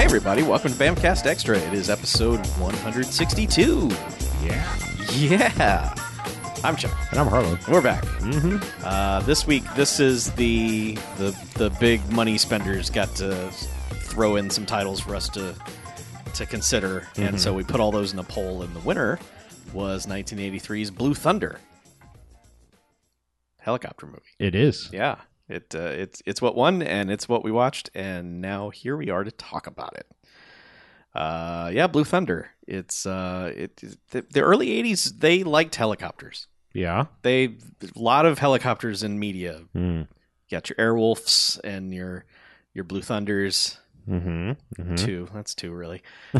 everybody. Welcome to Bamcast Extra. It is episode 162. Yeah. Yeah. I'm Chuck. And I'm Harlow. And we're back. Mm-hmm. Uh, this week, this is the, the the big money spenders got to throw in some titles for us to to consider, and so we put all those in a poll. And the winner was 1983's Blue Thunder helicopter movie. It is. Yeah, it uh, it's it's what won, and it's what we watched, and now here we are to talk about it. Uh, yeah, Blue Thunder. It's uh, it the, the early '80s. They liked helicopters. Yeah. They a lot of helicopters in media. You got your Airwolves and your your Blue Thunders. Mm-hmm. Two. That's two, really.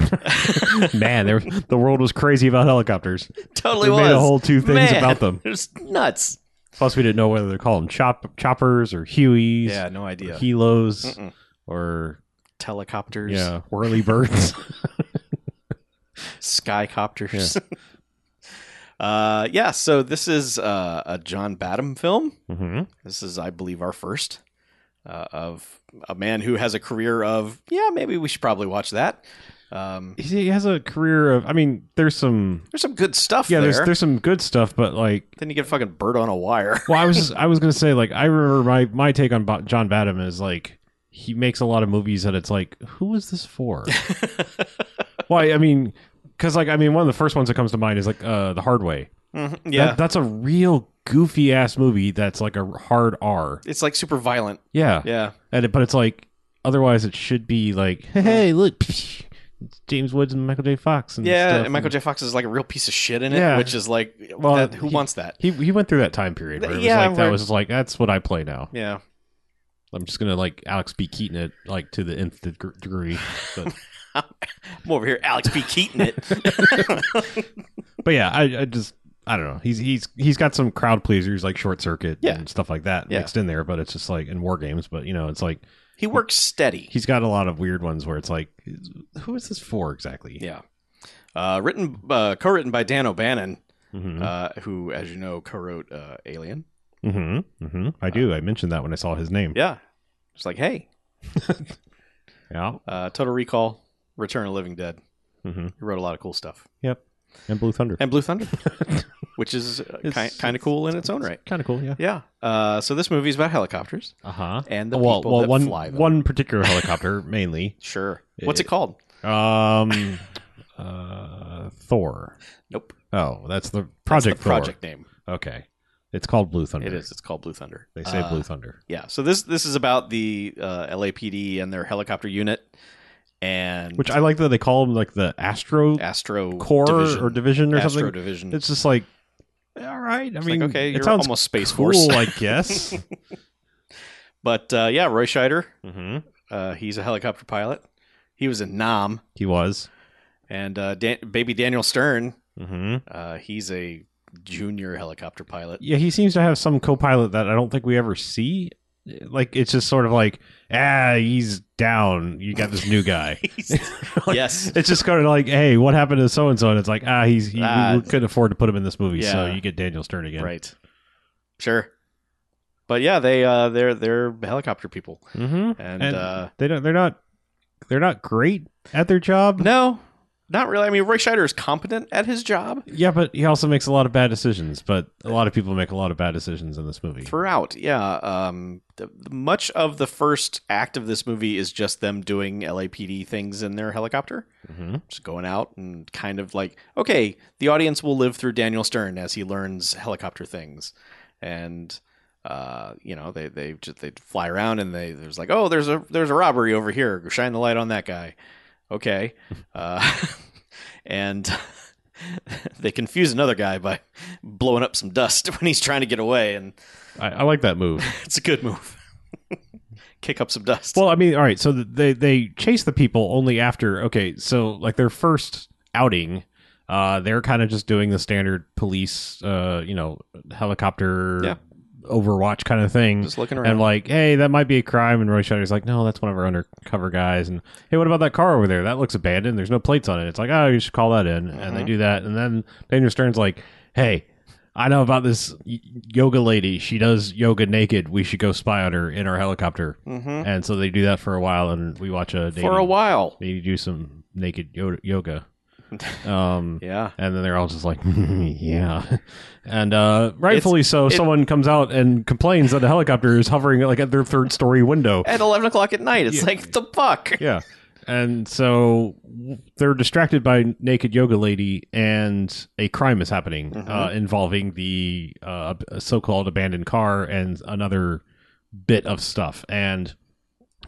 Man, there, the world was crazy about helicopters. totally we was. made a whole two things Man, about them. It's nuts. Plus, we didn't know whether they call them chop, choppers or Hueys, Yeah, no or idea. Helos, Mm-mm. or Helicopters, yeah, whirly birds. skycopters. uh, yeah. So this is uh, a John Badham film. mm-hmm. This is, I believe, our first uh, of a man who has a career of, yeah, maybe we should probably watch that. Um, He has a career of. I mean, there's some. there's some good stuff Yeah, there. there's there's some good stuff, but like Then you get fucking bird on a wire. well, I was I was gonna say like I remember my my take on Bo- John Badham is like he makes a lot of movies that it's like who is this for? well, I, I mean, because like I mean, one of the first ones that comes to mind is like uh, the Hard Way. Mhm, That- yeah. that's a real goofy ass movie. That's like a hard R. it's like super violent. Yeah, Yeah. and it, but it's like otherwise it should be like hey, hey look, it's James Woods and Michael J. Fox and Yeah. stuff. And Michael J. Fox is like a real piece of shit in it, Yeah. which is like, Well, that- who he- wants that? He he went through that time period where it was Yeah, like that where- was like that's what I play now. Yeah. I'm just gonna like Alex B. Keaton it like to the nth deg- degree, but, I'm over here, Alex B. Keaton it. but yeah, I, I just I don't know. He's he's he's got some crowd pleasers like Short Circuit Yeah. and stuff like that Yeah. mixed in there, but it's just like in war games. But you know, it's like he works steady. he's got a lot of weird ones where it's like, who is this for exactly? Yeah. Uh, written, uh, co-written by Dan O'Bannon, Mm-hmm. uh, who, as you know, co-wrote uh, Alien. mm-hmm. Mm-hmm. I do. I mentioned that when I saw his name. Yeah. It's like, hey, Yeah. uh, Total Recall, Return of the Living Dead. Mm-hmm. He wrote a lot of cool stuff, Yep. And Blue Thunder. and Blue Thunder, which is kind It's- kind of cool in its own right. Kind of cool. Yeah. Yeah. Uh, so this movie's about helicopters Uh huh. and the Well, people well, that one fly them. one particular helicopter mainly. Sure. What's it called? Um, uh, Thor. Nope. Oh, that's the That's the project. Thor. project name. Okay, it's called Blue Thunder. It is. It's called Blue Thunder. They say Uh, Blue Thunder. Yeah. So this this is about the uh, LAPD and their helicopter unit and Which I like that they call them like the Astro Astro Corps Division. or Division or Astro something. Division. It's just like, all right. I It's mean, like, okay, it you're sounds almost Space cool, Force. I guess. But uh, yeah, Roy Scheider, mm-hmm. uh, he's a helicopter pilot. He was in Nam, He was. and uh, Dan- baby Daniel Stern, Mm-hmm. uh, he's a junior helicopter pilot. Yeah, he seems to have some co-pilot that I don't think we ever see. Like it's just sort of like, ah, he's down. You got this new guy. Like, yes, It's just kind of like, hey, what happened to so and so? And it's like, ah, he's he, we- Ah. we couldn't afford to put him in this movie, so Yeah. you get Daniel Stern again. right, sure. But yeah, they uh, they're they're helicopter people, Mm-hmm. and, And- uh, They don't. They're not. They're not great at their job. no, not really. I mean, Roy Scheider is competent at his job Yeah, but he also makes a lot of bad decisions. But a lot of people make a lot of bad decisions in this movie. throughout. Yeah, um, the, much of the first act of this movie is just them doing LAPD things in their helicopter. mm-hmm. just going out and kind of like okay the audience will live through daniel stern as he learns helicopter things and uh, you know they they just they fly around and they there's like oh there's a there's a robbery over here shine the light on that guy okay uh, and they confuse another guy by blowing up some dust when he's trying to get away and I, I like that move. it's a good move kick up some dust Well, I mean, all right. So th- they they chase the people only after. Okay, so like their first outing, uh, they're kind of just doing the standard police, uh, you know, helicopter, Yeah. Overwatch kind of thing. just looking around and like, hey, that might be a crime. And Roy Scheider's like, no, that's one of our undercover guys. And hey, what about that car over there? That looks abandoned. Mm-hmm. There's no plates on it. It's like, oh, you should call that in. And they Mhm. do that. And then Daniel Stern's like, hey, I know about this y- yoga lady. She does yoga naked. We should go spy on her in our helicopter. Mm-hmm. And so they do that for a while, and we watch a For a lady- while. They do some naked yo- yoga. Um, Yeah. and then they're all just like, yeah. And uh, rightfully so, it- someone comes out and complains that the helicopter is hovering like at their third story window. At 11 o'clock at night. It's Yeah. like, the fuck? yeah. And so they're distracted by naked yoga lady, and a crime is happening uh, Mhm. involving the uh, so-called abandoned car and another bit of stuff. And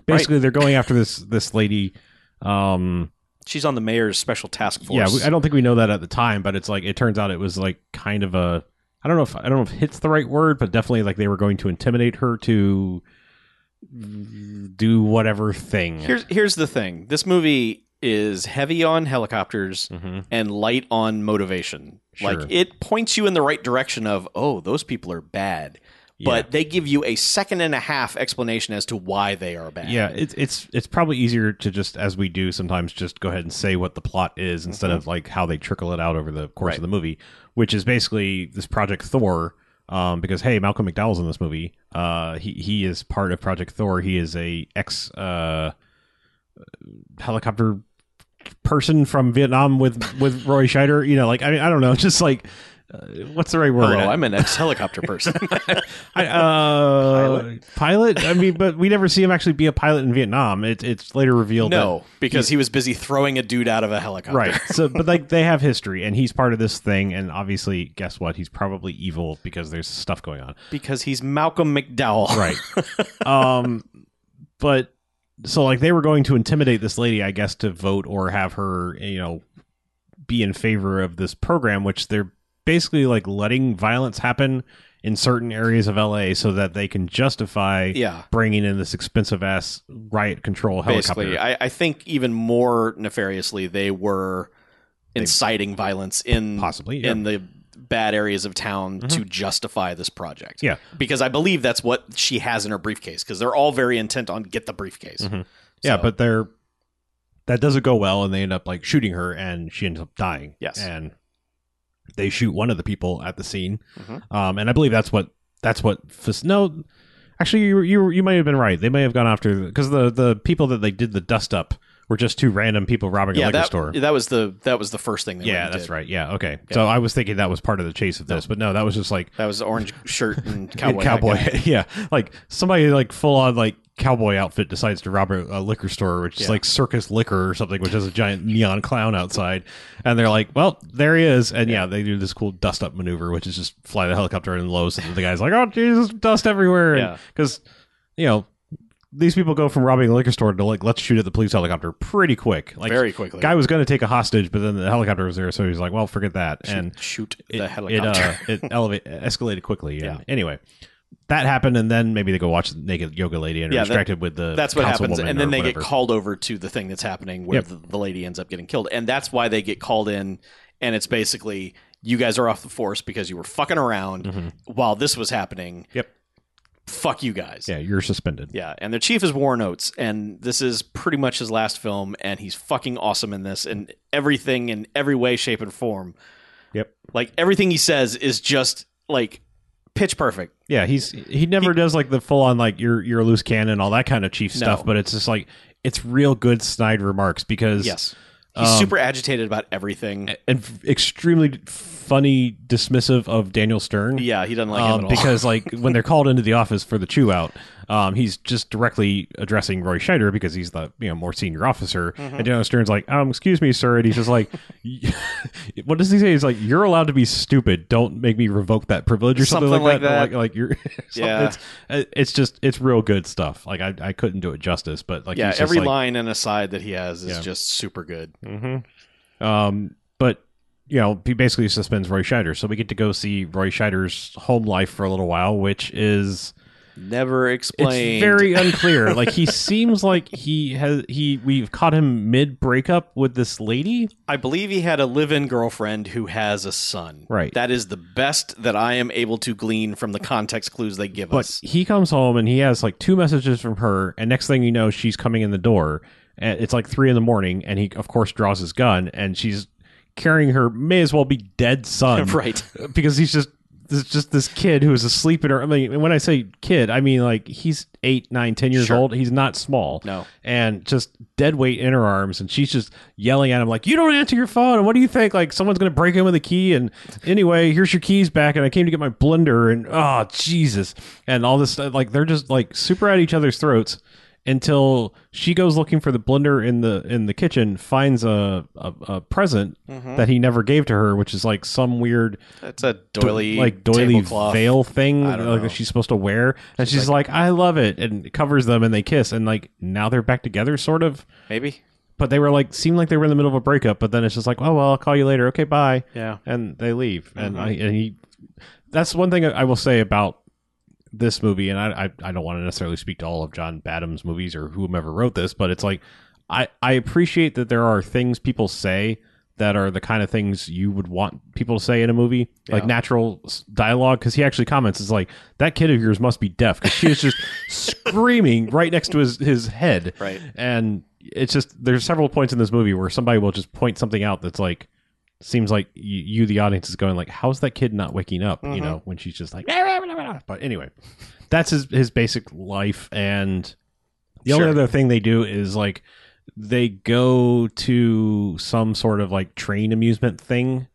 basically, they're going after this this lady. Um, She's on the mayor's special task force. yeah, we, I don't think we know that at the time, but it's like it turns out it was like kind of a I don't know if I don't know if hits the right word, but definitely like they were going to intimidate her to do whatever thing. Here's here's the thing. This movie is heavy on helicopters Mhm. and light on motivation. Sure. Like it points you in the right direction of, oh, those people are bad. But they give you a second and a half explanation as to why they are bad. Yeah, it's it's it's probably easier to just as we do sometimes just go ahead and say what the plot is instead of like how they trickle it out over the course Mhm. Right. of the movie, which is basically this Project Thor. Um, because hey, Malcolm McDowell's in this movie. Uh, he he is part of Project Thor. He is a ex uh, helicopter person from Vietnam with with Roy Scheider. You know, like I mean, I don't know, just like uh, what's the right word? Hello, I'm an ex helicopter person. I, uh, pilot? I mean, but we never see him actually be a pilot in Vietnam. It, it's later revealed. no, because he was busy throwing a dude out of a helicopter. That, right. So, but like they have history, and he's part of this thing. And obviously, guess what? He's probably evil because there's stuff going on. Because he's Malcolm McDowell. Right. um, but so like they were going to intimidate this lady, I guess, to vote or have her, you know, be in favor of this program, which they're basically like letting violence happen in certain areas of LA so that they can justify Yeah. bringing in this expensive ass riot control helicopter. Basically, I, I think even more nefariously, they were inciting violence in possibly, yeah. Mm-hmm. in the bad areas of town to justify this project. Yeah. because I believe that's what she has in her briefcase. Because they're all very intent on get the briefcase. Mhm. yeah, So, but they're that doesn't go well, and they end up like shooting her, and she ends up dying. Yes. and they shoot one of the people at the scene, Mhm. um, and I believe that's what that's what fas- no. Actually, you you you may have been right. They may have gone after because the the people that they did the dust up were just two random people robbing a yeah, liquor that, store. that was the that was the first thing. They went yeah, and that's did. right. Yeah, okay. So I was thinking that was part of the chase of this, but no, that was just like That was the orange shirt and And cowboy. hat cowboy, guy. yeah, like somebody like full on like cowboy outfit decides to rob a, a liquor store, which is Yeah. like circus liquor or something, which has a giant neon clown outside, and they're like, "Well, there he is," and yeah, they do this cool dust up maneuver, which is just fly the helicopter in low, so that the guy's like, "Oh Jesus, dust everywhere," Yeah. because you know these people go from robbing a liquor store to like let's shoot at the police helicopter pretty quick, like. very quickly. Guy was going to take a hostage, but then the helicopter was there, so he's like, "Well, forget that." And shoot it, the helicopter. It, uh, it elevate, escalated quickly. And Yeah. Anyway, that happened, and then maybe they go watch the naked yoga lady and are Yeah, that- distracted with the that's what happens councilwoman and then or they whatever. get called over to the thing that's happening where Yep. the, the lady ends up getting killed and that's why they get called in and it's basically you guys are off the force because you were fucking around while this was happening Mm-hmm. Yep. fuck you guys Yeah, you're suspended. Yeah, and their chief is Warren Oates, and this is pretty much his last film, and he's fucking awesome in this, and everything in every way, shape, and form. Yep. Like everything he says is just like pitch perfect. Yeah, he's he never does like the full on like you're you're a loose cannon all that kind of chief stuff, but it's just like it's real good snide remarks because Yes, he's Um, eh, super agitated about everything. and f- extremely funny dismissive of Daniel Stern. yeah, he doesn't like him um, at all. because like when they're called into the office for the chew out, um, he's just directly addressing Roy Scheider because he's the you know more senior officer, Mm-hmm. and Daniel Stern's like, um, excuse me, sir, and he's just like, y- what does he say? He's like, you're allowed to be stupid. Don't make me revoke that privilege or something, Something like, that. like Like, like you're, Yeah. It's, it's just it's real good stuff. Like I, I couldn't do it justice, but like yeah, he's just every like- line and aside that he has is Yeah. just super good. Um, but you know, he basically suspends Roy Scheider, so we get to go see Roy Scheider's home life for a little while, which is. Never It's explained. very unclear. like he seems like he has he we've caught him mid breakup with this lady. I believe he had a live-in girlfriend who has a son. Right. That is the best that I am able to glean from the context clues they give But us. he comes home and he has like two messages from her, and next thing you know, she's coming in the door. And it's like three in the morning, and he of course draws his gun, and she's carrying her may as well be dead son, Right. Because he's just there's just this kid who's asleep in her. I mean, when I say kid, I mean like he's eight, nine, ten years Sure. old. He's not small. No. And just dead weight in her arms, and she's just yelling at him like, "You don't answer your phone, and what do you think? Like someone's gonna break in with a key?" And anyway, here's your keys back, and I came to get my blender, and oh Jesus, and all this stuff. Like they're just like super at each other's throats until she goes looking for the blender in the in the kitchen, finds a a, a present Mhm. that he never gave to her, which is like some weird That's a doily, like doily tablecloth. veil thing I don't like know. that she's supposed to wear and she's, like, i love it and covers them and they kiss and like now they're back together sort of Maybe. but they were like seemed like they were in the middle of a breakup but then it's just like oh well i'll call you later okay bye Yeah. Mm-hmm. and they leave and i and he that's one thing i will say about this movie and I, I i don't want to necessarily speak to all of john badham's movies or whomever wrote this but it's like i i appreciate that there are things people say that are the kind of things you would want people to say in a movie like Yeah. natural s- dialogue because he actually comments it's like that kid of yours must be deaf because she is just screaming right next to his his head Right. and it's just there's several points in this movie where somebody will just point something out that's like seems like you, you the audience is going like how's that kid not waking up you Mhm. know when she's just like "Blah, blah, blah, blah." but anyway that's his his basic life and the only Sure. other thing they do is like they go to some sort of like train amusement thing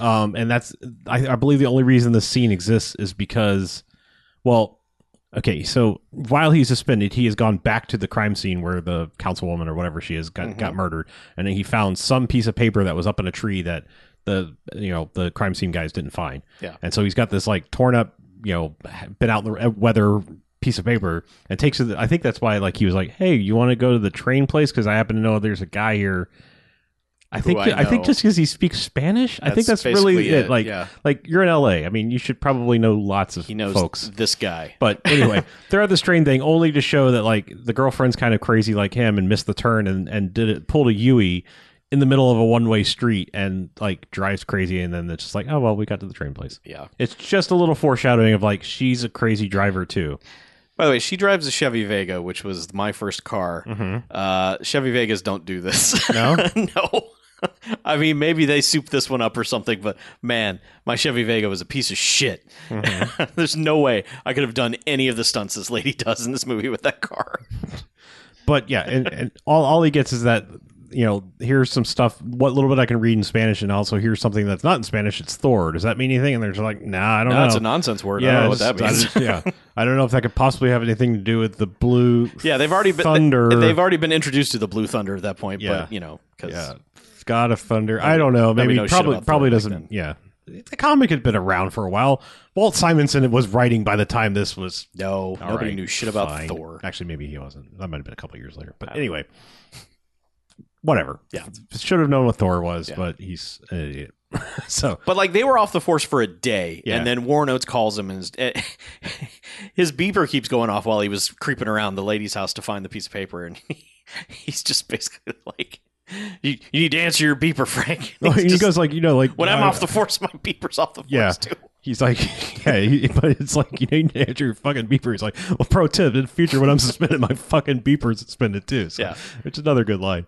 um and that's I, I believe the only reason this scene exists is because well Okay, so while he's suspended, he has gone back to the crime scene where the councilwoman or whatever she is got, Mm-hmm. got murdered, and then he found some piece of paper that was up in a tree that the you know the crime scene guys didn't find. Yeah. and so he's got this like torn up, you know, been out in the uh, weather piece of paper, and takes it. I think that's why like he was like, "Hey, you want to go to the train place? Because I happen to know there's a guy here." I think I I, think know. just because he speaks Spanish, I think that's really basically it. Like yeah. like you're in L.A. I mean, you should probably know lots of he knows folks. this guy. But anyway, they're at the train thing only to show that like the girlfriend's kind of crazy like him and missed the turn and and did it pulled a Yui in the middle of a one way street and like drives crazy and then it's just like oh well we got to the train place. Yeah. It's just a little foreshadowing of like she's a crazy driver too. By the way, she drives a Chevy Vega, which was my first car. Mm-hmm. Uh, Chevy Vegas don't do this. No? no. I mean, maybe they souped this one up or something, but man, my Chevy Vega was a piece of shit. Mm-hmm. There's no way I could have done any of the stunts this lady does in this movie with that car. But yeah, and, and all all he gets is that you know here's some stuff what little bit I can read in Spanish and also here's something that's not in Spanish. It's Thor. Does that mean anything? And they're just like nah, I don't know. That's a nonsense word. I don't know what just- that means. just- yeah, I don't know if that could possibly have anything to do with the blue. yeah, they've already been thunder. They, have already been introduced to the Blue Thunder at that point, Yeah. but you know, because yeah, God of Thunder. I don't know. Maybe know shit probably about probably Thor back doesn't. then. Yeah, the comic had been around for a while. Walt Simonson was writing by the time this was. no, All nobody right, knew shit about fine. Thor. Actually, maybe he wasn't. That might have been a couple years later. But anyway, whatever. Yeah. should have known what Thor was, Yeah. but he's an idiot. so But like they were off the force for a day, Yeah. and then Warren Oates calls him, and his, his beeper keeps going off while he was creeping around the lady's house to find the piece of paper, and he's just basically like, "You, you need to answer your beeper, Frank." And he he's just, goes like, you know, like "When I'm I- off the force, my beeper's off the force Yeah. too." He's like, yeah, he, but it's like you need to answer your fucking beeper. He's like, well, pro tip in the future when I'm suspended, my fucking beeper's suspended too. So, Yeah. which is another good line.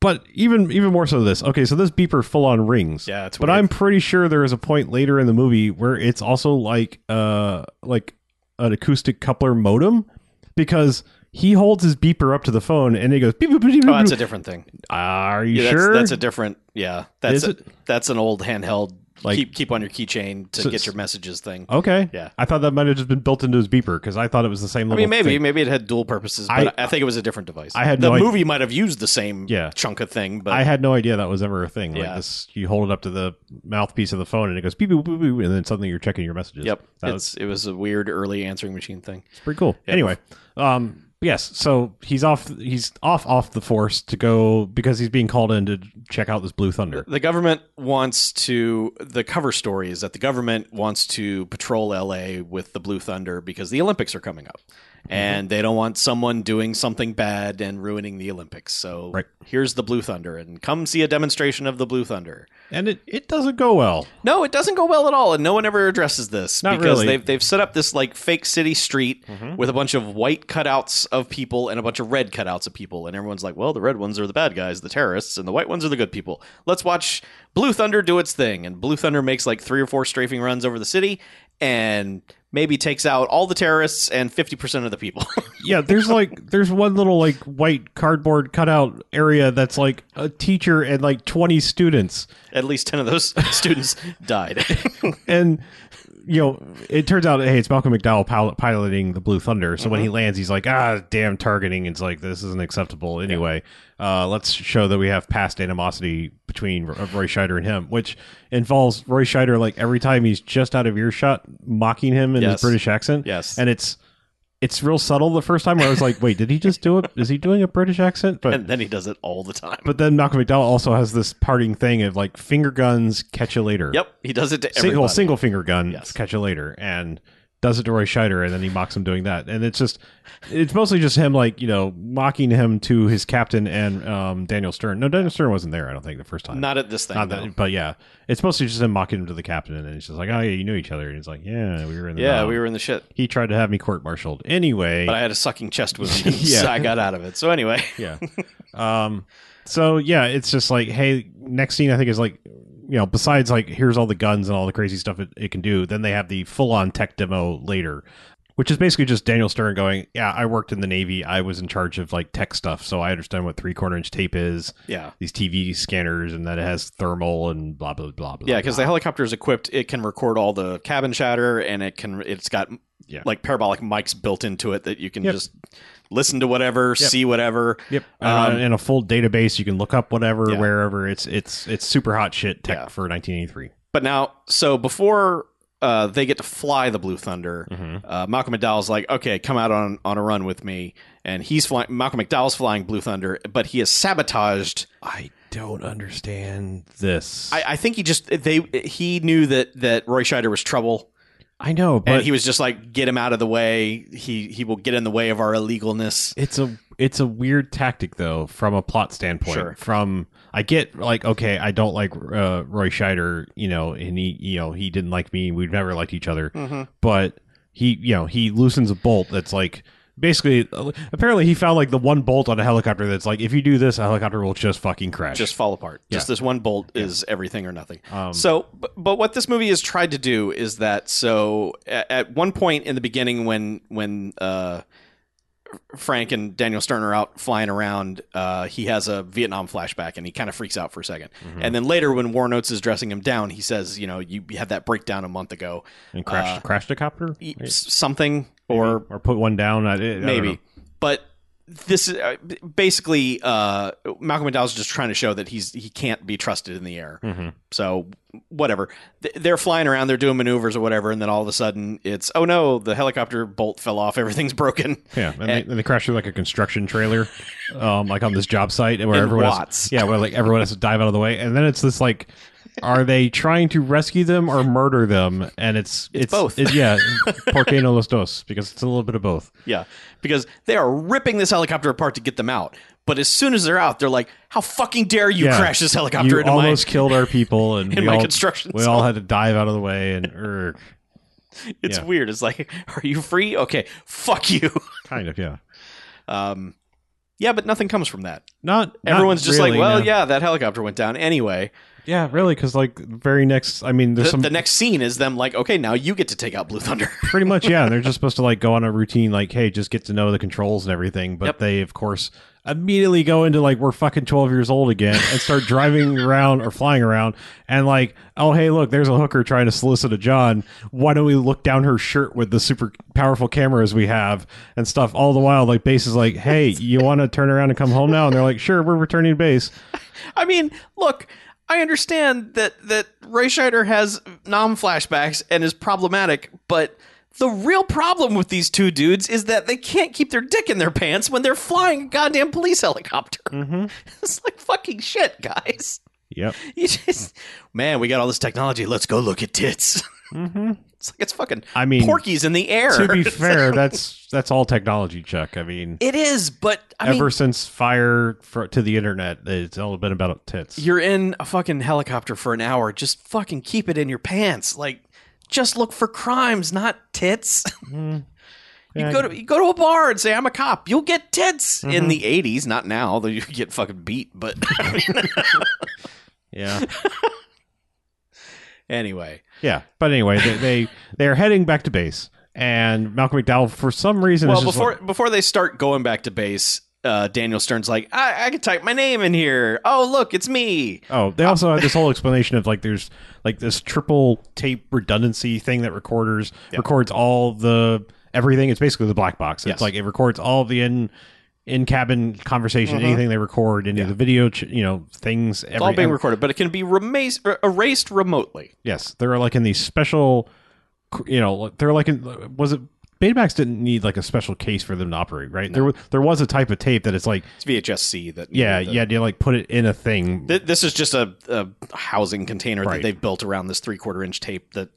But even even more so, this okay. So this beeper full on rings. Yeah, it's but weird. I'm pretty sure there is a point later in the movie where it's also like uh like an acoustic coupler modem because he holds his beeper up to the phone and it goes beep beep beep. beep, Oh, that's a beep. different thing. Are you Yeah, sure? that's, that's a different. Yeah, that's Is a, it? that's an old handheld. Like- keep keep on your keychain to So- Oh, get your messages thing. okay. Yeah. I thought that might have just been built into his beeper because I thought it was the same. I Little mean, maybe thing. maybe it had dual purposes, but I, think it was a different device. I had the no idea- movie might have used the same Yeah. chunk of thing, but I had no idea that was ever a thing. Like Yeah. this, you hold it up to the mouthpiece of the phone, and it goes beep beep beep, beep and then suddenly you're checking your messages. yep, that was it's it was a weird early answering machine thing. it's pretty cool. Anyway, um, yes, so he's off. He's off off the force to go because he's being called in to check out this Blue Thunder. The government wants to. The cover story is that the government wants to patrol L.A. with the Blue Thunder because the Olympics are coming up, and they don't want someone doing something bad and ruining the Olympics. So Right. here's the Blue Thunder, and come see a demonstration of the Blue Thunder. and it, it doesn't go well. No, it doesn't go well at all, and no one ever addresses this Not because really. they've they've set up this like fake city street Mhm. with a bunch of white cutouts of people and a bunch of red cutouts of people, and everyone's like, "Well, the red ones are the bad guys, the terrorists, and the white ones are the good people." Let's watch Blue Thunder do its thing, and Blue Thunder makes like three or four strafing runs over the city, and maybe takes out all the terrorists and fifty percent of the people. Yeah, there's like there's one little like white cardboard cutout area that's like a teacher and like 20 students. at least 10 of those students died. and you know, it turns out, hey, it's Malcolm McDowell pilot, piloting the Blue Thunder. So when Mm-hmm. he lands, he's like, ah, damn targeting. It's like this isn't acceptable anyway. Uh, let's show that we have past animosity between R- uh, Roy Scheider and him, which involves Roy Scheider like every time he's just out of earshot, mocking him in Yes. his British accent. Yes. and it's it's real subtle. The first time where I was like, wait, did he just do it? Is he doing a British accent? But and then he does it all the time. but then Malcolm McDowell also has this parting thing of like finger guns, catch you later. yep, he does it to Single, everybody. well, single finger gun, Yes. catch you later, and does it to Roy Scheider, and then he mocks him doing that. And it's just, it's mostly just him, like, you know, mocking him to his captain and um, Daniel Stern. No, Daniel Stern wasn't there, I don't think, the first time. Not at this thing. Not that, though. but yeah, it's mostly just him mocking him to the captain, and it's just like, oh, yeah, you knew each other. And he's like, yeah, we were in the. Yeah, wrong." we were in the shit. He tried to have me court martialed. Anyway. But I had a sucking chest wound, Yeah. so I got out of it. So anyway, yeah. Um. So yeah, it's just like, hey, next scene I think is like, you know, besides like here's all the guns and all the crazy stuff it, it can do. Then they have the full on tech demo later, which is basically just Daniel Stern going, yeah, I worked in the Navy. I was in charge of like tech stuff, so I understand what three quarter inch tape is, yeah. these TV scanners, and that it has thermal and blah blah blah blah. Yeah, because the blah." helicopter is equipped. It can record all the cabin chatter, and it can. It's got Yeah. like parabolic mics built into it that you can Yep. just listen to whatever, Yep. see whatever. Yep, uh, Um, and a full database you can look up whatever, Yeah. wherever. It's it's it's super hot shit tech Yeah. for 1983. But now, so before uh, they get to fly the Blue Thunder, Mm-hmm. uh, Malcolm McDowell's like, okay, come out on, on a run with me. And he's flying, Malcolm McDowell's flying Blue Thunder, but he has sabotaged. I don't understand this. I, I think he just, they, he knew that, that Roy Scheider was trouble. I know, And but he was just like, get him out of the way. He, he will get in the way of our illegalness. it's a it's a weird tactic though from a plot standpoint. Sure. From I get like okay, I don't like uh, Roy Scheider, you know, and he you know he didn't like me. We've never liked each other, but he you know he loosens a bolt that's like. Basically, apparently, he found like the one bolt on a helicopter that's like, if you do this, a helicopter will just fucking crash. Just fall apart. Just this one bolt is everything or nothing. um, So, but, but what this movie has tried to do is that so at, at one point in the beginning when when uh, Frank and Daniel Stern are out flying around, uh, he has a Vietnam flashback and he kind of freaks out for a 2nd Mm-hmm. And then later when War Notes is dressing him down, he says, you know, you had that breakdown a month ago, and crashed uh, crashed a copter, E- Right? something or or put one down. I, I don't know. maybe. But this is uh, b- basically uh, Malcolm McDowell's just trying to show that he's he can't be trusted in the air. Mhm. So whatever, Th- they're flying around, they're doing maneuvers or whatever, and then all of a sudden it's oh no, the helicopter bolt fell off, everything's broken. Yeah, and, they, and they crash through like a construction trailer, um, like on this job site where In everyone has- Watts. yeah, where like everyone has to dive out of the way, and then it's this like, are they trying to rescue them or murder them? And it's it's, both. it- yeah, porque no los dos? Because it's a little bit of both. Yeah, because they are ripping this helicopter apart to get them out. But as soon as they're out, they're like, "How fucking dare you Yeah. crash this helicopter You into almost killed our people, and my in we my all, construction we all had to dive out of the way, and er, zone?" It's yeah. weird. It's like, "Are you free? Okay, fuck you." kind of yeah. Um, yeah, but nothing comes from that. Not not Everyone's just really, like, "Well, no. yeah, that helicopter went down anyway." yeah, really, because like very next, I mean, there's The, some the next scene is them like, "Okay, now you get to take out Blue Thunder." pretty much yeah they're just supposed to like go on a routine like hey just get to know the controls and everything but Yep. they of course immediately go into like we're fucking 12 years old again and start driving around or flying around and like oh hey look there's a hooker trying to solicit a john why don't we look down her shirt with the super powerful cameras we have and stuff all the while like base is like hey you want to turn around and come home now and they're like sure we're returning to base I mean, look, I understand that that Ray Scheider has nom flashbacks and is problematic, but the real problem with these two dudes is that they can't keep their dick in their pants when they're flying a goddamn police helicopter. Mhm. It's like fucking shit, guys. yep You just, man, we got all this technology. Let's go look at tits. hmm It's like it's fucking I mean, Porky's in the air. to be fair, that's that's all technology, Chuck. I mean, it is, but I mean, ever since fire for, to the internet, it's all been about tits. you're in a fucking helicopter for an hour. Just fucking keep it in your pants. Like, just look for crimes, not tits. Mhm. You Yeah, go to you go to a bar and say I'm a cop. You'll get tits in Mhm. the '80s, not now. Though you get fucking beat. But I mean, yeah, anyway, yeah. But anyway, they, they they're heading back to base, and Malcolm McDowell, for some reason, is well just before like- before they start going back to base, uh, Daniel Stern's like, I, I can type my name in here. Oh look, it's me. Oh, they also had this whole explanation of like there's like this triple tape redundancy thing that recorders records all the everything. It's basically the black box. It's Yes. like it records all of the in in cabin conversation, Mhm. anything they record, any of the video, ch- you know, things. It's every- all being every- recorded, but it can be remas- er, erased remotely. yes, they're like in these special, you know, they're like in was it. Betamax didn't need like a special case for them to operate, right? There, was, there was a type of tape that it's like, It's VHS C that. yeah, that- you had to like put it in a thing. Th- this is just a, a housing container that Right. they've built around this three quarter inch tape that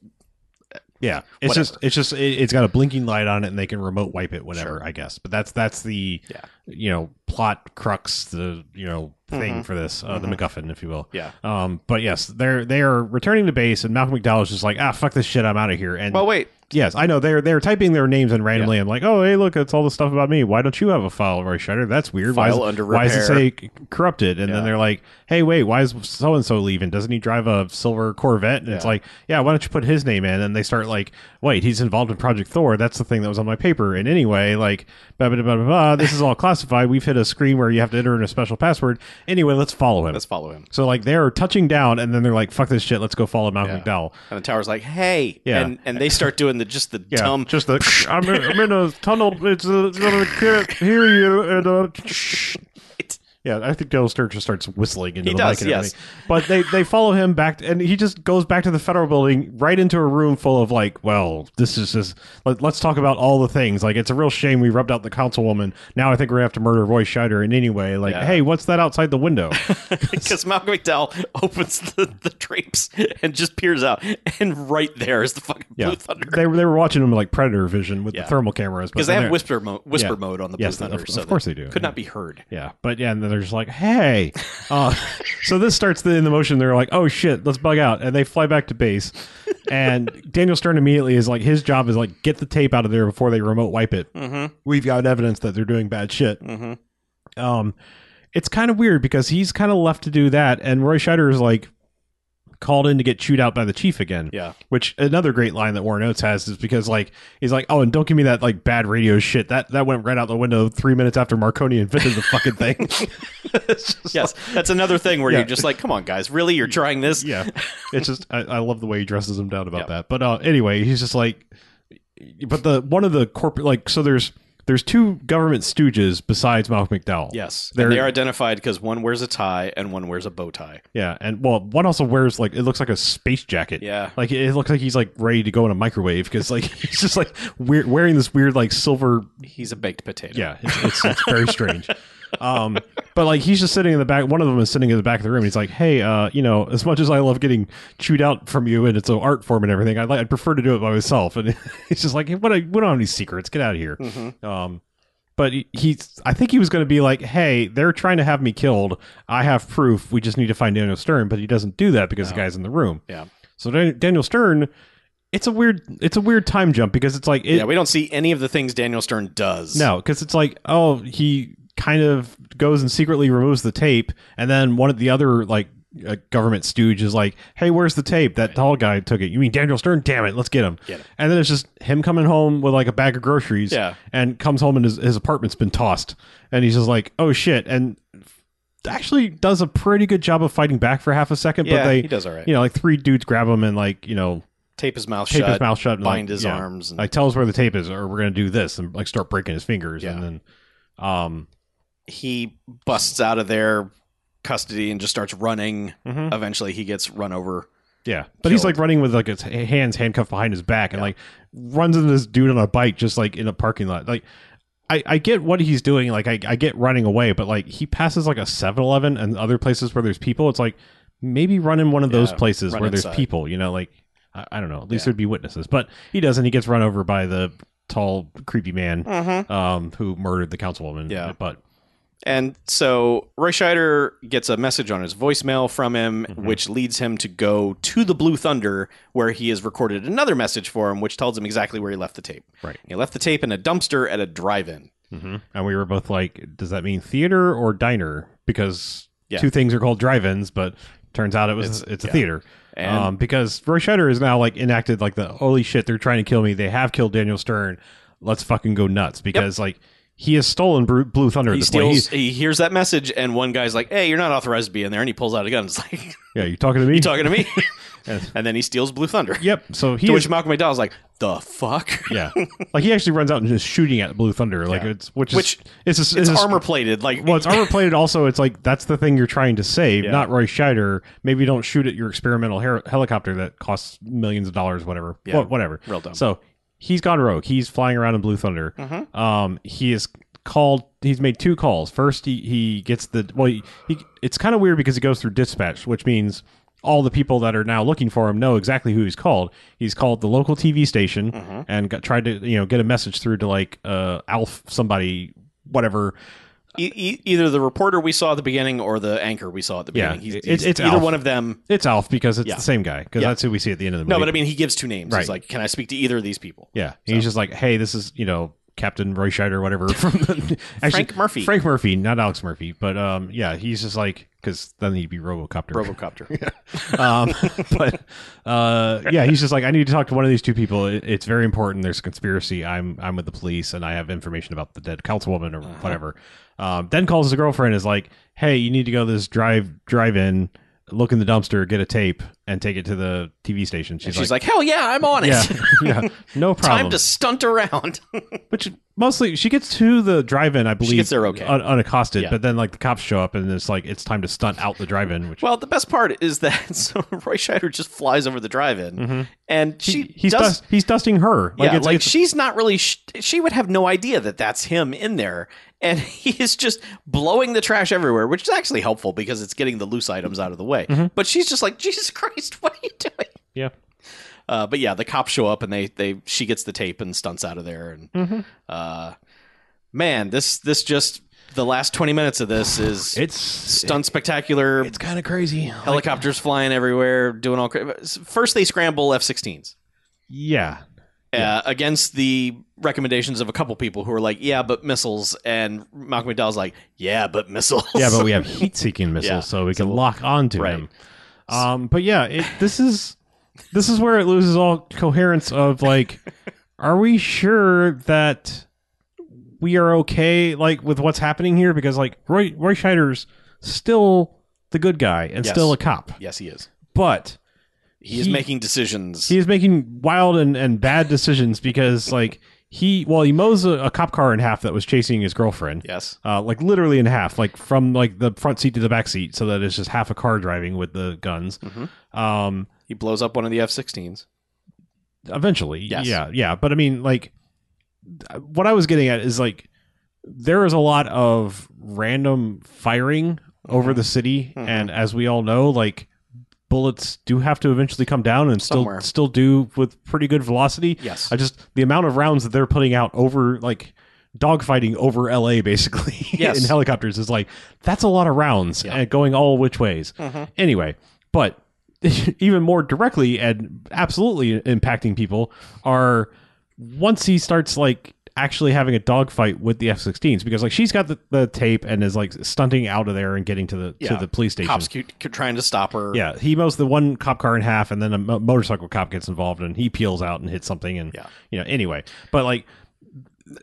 Yeah, it's Whatever. just it's just it, it's got a blinking light on it, and they can remote wipe it whenever, Sure. I guess. But that's that's the Yeah. you know plot crux, the you know thing Mhm. for this, uh, the MacGuffin, if you will. yeah. Um, but yes, they're they are returning to base, and Malcolm McDowell is just like, ah, fuck this shit, I'm out of here. And Well, Oh, wait. yes, I know they're they're typing their names in randomly. and like, oh hey, look, it's all the stuff about me. Why don't you have a file, Roy Scheider? That's weird. why, File is- under why does it repair." say c- corrupted? And Yeah. then they're like, hey, wait, why is so and so leaving? Doesn't he drive a silver Corvette? And it's Yeah. like, yeah, why don't you put his name in? And they start like, wait, he's involved in Project Thor. That's the thing that was on my paper. And anyway, like, blah blah blah blah. blah this is all classified. We've hit a screen where you have to enter in a special password. Anyway, let's follow him. Let's follow him. so like they're touching down, and then they're like, "Fuck this shit, let's go follow Malcolm Yeah. McDowell." And the tower's like, hey. Yeah. And, and they start doing the just the Yeah, dumb. just the I'm, in, I'm in a tunnel. It's uh, I can't hear you. And uh, yeah, I think Dale Stern just starts whistling into He the does, mic. And yes. everything. but they they follow him back, and he just goes back to the federal building, right into a room full of like, well, this is just let, let's talk about all the things. Like, it's a real shame we rubbed out the councilwoman. Now I think we're gonna have to murder Roy Scheider. And anyway, like, Yeah. hey, what's that outside the window? Because Malcolm McDowell opens the, the drapes and just peers out, and right there is the fucking yeah, Blue Thunder. they were they were watching him like Predator vision with Yeah. the thermal cameras but Because they then have they're- whisper mo- whisper yeah. mode on the Yes, Blue of- Thunder, of so course that they do, Could yeah. not be heard. Yeah, but yeah, and then they're just like, "Hey," uh, so this starts the in the motion. They're like, "Oh shit, let's bug out," and they fly back to base. And Daniel Stern immediately is like, his job is like, get the tape out of there before they remote wipe it. Mm-hmm. We've got evidence that they're doing bad shit. Mm-hmm. Um, it's kind of weird because he's kind of left to do that, and Roy Scheider is like called in to get chewed out by the chief again Yeah. which another great line that Warren Oates has is because like he's like, oh, and don't give me that like bad radio shit. That that went right out the window three minutes after Marconi invented the fucking thing. It's just Yes. That's another thing where Yeah. you're just like, come on, guys, really? You're trying this? yeah it's just I, I love the way he dresses him down about Yeah. that but uh anyway he's just like but the one of the corporate like so there's there's two government stooges besides malcolm mcdowell Yes. They're- and they are identified because one wears a tie and one wears a bow tie. yeah and well one also wears like it looks like a space jacket Yeah. like it looks like he's like ready to go in a microwave because like he's just like weird wearing this weird like silver He's a baked potato. Mm. Yeah, it's, it's, it's very strange. Um, but like he's just sitting in the back. One of them is sitting in the back of the room. He's like, "Hey, uh, you know, as much as I love getting chewed out from you, and it's an art form and everything, I'd, like, I'd prefer to do it by myself." And he's just like, hey, "What? I, we don't have any secrets. Get out of here." Mm-hmm. Um, but he- he's, I think he was going to be like, "Hey, they're trying to have me killed. I have proof. We just need to find Daniel Stern." But he doesn't do that because the No. guy's in the room. Yeah. So Dan- Daniel Stern, it's a weird, it's a weird time jump because it's like it, yeah, we don't see any of the things Daniel Stern does. no, because it's like, oh, he kind of goes and secretly removes the tape, and then one of the other like uh, government stooge is like, hey, where's the tape? That tall guy took it. You mean Daniel Stern? Damn it, let's get him. Get him. And then it's just him coming home with like a bag of groceries, Yeah. and comes home and his, his apartment's been tossed, and he's just like, oh shit, and actually does a pretty good job of fighting back for half a second, Yeah, but they. he does all right. You know, like three dudes grab him and like you know Tape his mouth tape shut. his mouth shut, and bind like, his yeah. arms. And Like, tell us where the tape is, or we're gonna do this, and like start breaking his fingers, Yeah. and then, um, he busts out of their custody and just starts running. Mhm. Eventually, he gets run over. yeah. But he's Killed. like running with like his ha- hands handcuffed behind his back, and like runs into this dude on a bike, just like in a parking lot. Like, I I get what he's doing, like I I get running away, but like he passes like a 7-Eleven and other places where there's people. It's like maybe run in one of those Yeah, places run where inside. there's people, you know, like. I, I don't know. At least Yeah. there'd be witnesses, but he doesn't. He gets run over by the tall, creepy man Mm-hmm. um, who murdered the councilwoman. Yeah. but And so Roy Scheider gets a message on his voicemail from him, Mhm. which leads him to go to the Blue Thunder, where he has recorded another message for him, which tells him exactly where he left the tape. Right. He left the tape in a dumpster at a drive-in. and we were both like, "Does that mean theater or diner?" Because Yeah. two things are called drive-ins, but turns out it was it's, It's- a yeah. theater. And um, because Roy Scheider is now like enacted like the holy shit, they're trying to kill me. They have killed Daniel Stern. Let's fucking go nuts because like he has stolen Bru- Blue Thunder. at he this point. steals. He hears that message, and one guy's like, "Hey, you're not authorized to be in there," and he pulls out a gun. It's like, He- yeah, you talking to me? "You talking to me?" Yes. and then he steals Blue Thunder. yep. So he To is- which Malcolm McDowell's like, "The fuck." yeah, like he actually runs out and just shooting at Blue Thunder. Like Yeah. it's which is Which- it's, a, it's, It's a- armor plated. Like, Well, it's armor plated. Also, it's like that's the thing you're trying to save, Yeah. not Roy Scheider. Maybe don't shoot at your experimental her- helicopter that costs millions of dollars, whatever. Yeah. Wha- whatever. real dumb. So he's gone rogue. He's flying around in Blue Thunder. Mhm. Um, he is called. He's made two calls. First, he, he gets the well. He, he it's kind of weird because he goes through dispatch, which means all the people that are now looking for him know exactly who he's called. He's called the local TV station Mhm. and got, tried to you know get a message through to like uh Alf somebody whatever. E- e- either the reporter we saw at the beginning or the anchor we saw at the Yeah, beginning. He's, it- he's it's either Alf. one of them. It's Alf because it's Yeah. the same guy because Yeah. that's who we see at the end of the movie. No, but I mean, he gives two names. Right. He's like, "Can I speak to either of these people?" Yeah, and he's just like, hey, this is you know Captain Roy Scheider or whatever from the, actually, Frank Murphy. Frank Murphy, not Alex Murphy, but um, yeah, he's just like because then he'd be Robocopter. Robocopter. um, but uh, yeah, he's just like, I need to talk to one of these two people. It, it's very important. There's a conspiracy. I'm I'm with the police, and I have information about the dead councilwoman Uh-huh. or whatever. Um, then calls his girlfriend, is like, Hey, you need to go to this drive drive in, look in the dumpster, get a tape, and take it to the TV station. She's, And she's like, "Hell yeah, I'm on it. Yeah, yeah, no problem. Time to stunt around." Which mostly she gets to the drive-in, I believe. gets there okay. un- unaccosted. Yeah. But then like the cops show up, and it's like it's time to stunt out the drive-in. Which well, the best part is that so Roy Scheider just flies over the drive-in, and she Mm-hmm. he, he's does. dust, he's dusting her. Like yeah, it's like it's- she's not really. Sh- she would have no idea that that's him in there, and he is just blowing the trash everywhere, which is actually helpful because it's getting the loose items out of the way. Mm-hmm. But she's just like, Jesus Christ, what are you doing? yeah. Uh, but yeah, the cops show up and they they she gets the tape and stunts out of there. And Mm-hmm. uh, man, this this just the last twenty minutes of this is It's stunt spectacular. it's kind of crazy. helicopters flying everywhere, doing all. Cra- First, they scramble F-16s. yeah, Uh, against the recommendations of a couple people who are like, yeah, but missiles. And Malcolm McDowell's like, yeah, but missiles. yeah, but we have heat-seeking missiles, Yeah. so we can lock onto Right. him. Um, but yeah, it, this is this is where it loses all coherence. Of like, are we sure that we are okay, like with what's happening here? Because like Roy Roy Scheider's still the good guy and Yes. still a cop, yes, he is. but He, is He- making decisions. he is making wild and, and bad decisions because like he well he mows a, a cop car in half that was chasing his girlfriend. yes. uh, like literally in half, like from like the front seat to the back seat, so that it's just half a car driving with the guns. Mhm. Um, He blows up one of the F-16s. eventually, Yes. yeah, yeah. But I mean, like, th- what I was getting at is like there is a lot of random firing over the city, Mhm. and as we all know, like bullets do have to eventually come down and still Somewhere. still do with pretty good velocity. Yes. I just the amount of rounds that they're putting out over like dogfighting over LA basically Yes. in helicopters is like that's a lot of rounds Yeah. and going all which ways. Mhm. Anyway, but even more directly and absolutely impacting people are once he starts like actually having a dogfight with the F-16s because like she's got the, the tape and is like stunting out of there and getting to the to Yeah. the police station. Cops keep, keep trying to stop her. Yeah, he mows the one cop car in half, and then a mo- motorcycle cop gets involved, and he peels out and hits something, and Yeah. you know. Anyway, but like,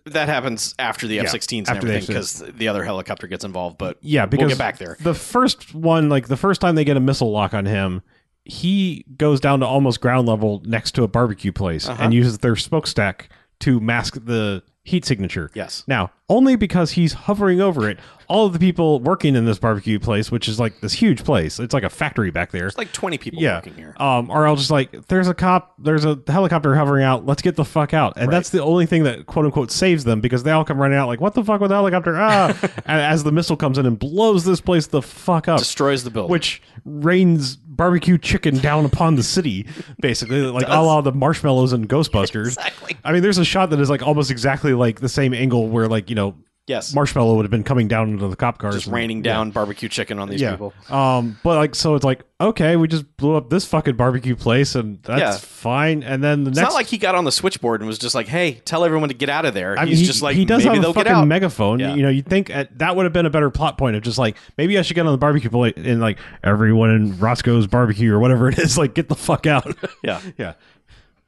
That happens after the F-16s and after the everything because the other helicopter gets involved. But yeah, because get back there. The first one, like the first time they get a missile lock on him, he goes down to almost ground level next to a barbecue place Uh-huh. and uses their smokestack to mask the heat signature. Yes. Now, only because he's hovering over it, all of the people working in this barbecue place, which is like this huge place, it's like a factory back there. There's like 20 people Yeah. working here. Um, or I'll just like, there's a cop, there's a helicopter hovering out. Let's get the fuck out. And that's the only thing that quote unquote saves them because they all come running out like, what the fuck with the helicopter? Ah, A- as the missile comes in and blows this place the fuck up, Destroys the building. which rains barbecue chicken down upon the city, basically, like a la the marshmallows and Ghostbusters. Exactly. I mean, there's a shot that is like almost exactly like the same angle where like you know yes. marshmallow would have been coming down into the cop cars, just raining down barbecue chicken on these Yeah. people. Um, but like, so it's like, okay, we just blew up this fucking barbecue place, and that's Yeah. fine. And then the It's next, not like he got on the switchboard and was just like, "Hey, tell everyone to get out of there." I mean, He's he, just like, he does "Maybe have a they'll get fucking out." megaphone. Yeah. You know, you think at, that would have been a better plot point of just like, maybe I should get on the barbecue place and like everyone in Roscoe's barbecue or whatever it is, like get the fuck out. yeah. yeah.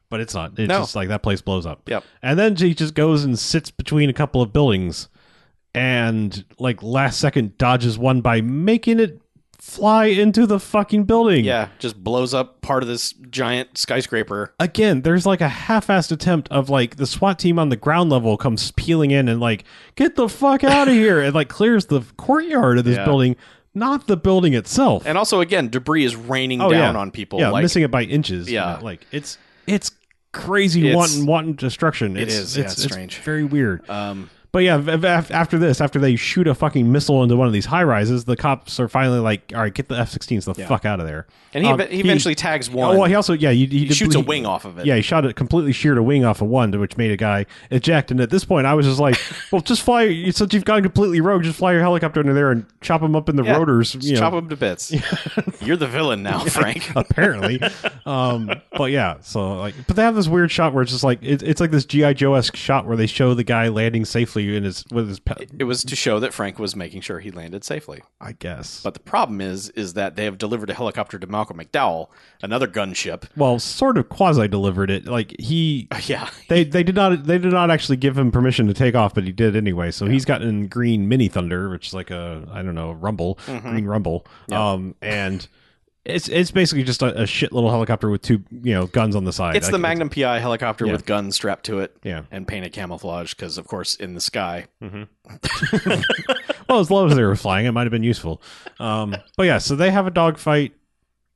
But it's not. It's No. just like that place blows up. Yep. And then he just goes and sits between a couple of buildings and like last second dodges one by making it fly into the fucking building. Yeah, just blows up part of this giant skyscraper. Again, there's like a half-assed attempt of like the SWAT team on the ground level comes peeling in and like get the fuck out of here and like clears the courtyard of this Yeah. building, not the building itself. And also, again, debris is raining Oh, down yeah. on people. yeah, like, missing it by inches. Yeah. you know, like it's it's crazy It's- wanton wanton destruction. It's, is, yeah, it's strange. very weird. Um, But yeah, v- v- af- after this, after they shoot a fucking missile into one of these high rises, the cops are finally like, "All right, get the F-16s the fuck out of there." and he, Um, ev- he eventually tags one. Oh, well, he also yeah, he, he he did- shoots a he- wing off of it. Yeah, he shot it completely sheared a wing off of one, which made a guy eject. And at this point, I was just like, "Well, just fly. you- Since you've gone completely rogue, just fly your helicopter under there and chop him up in the Yeah, rotors." just You know, chop him to bits. You're the villain now, Frank. apparently. um, but yeah, so like, but they have this weird shot where it's just like it, it's like this GI Joe esque shot where they show the guy landing safely in his with his pet. It was to show that Frank was making sure he landed safely. I guess. But the problem is, is that they have delivered a helicopter to Malcolm McDowell, another gunship. well, sort of quasi delivered it. Like he. Yeah, They, they did not they did not actually give him permission to take off, but he did anyway. So he's gotten in green mini thunder, which is like a I don't know rumble Mm-hmm. green rumble, um, and it's it's basically just a, a shit little helicopter with two you know guns on the side. it's Like, the Magnum PI helicopter Yeah. with guns strapped to it Yeah. and painted camouflage because, of course, in the sky. well, as low as they were flying, it might have been useful. Um, but yeah, so they have a dogfight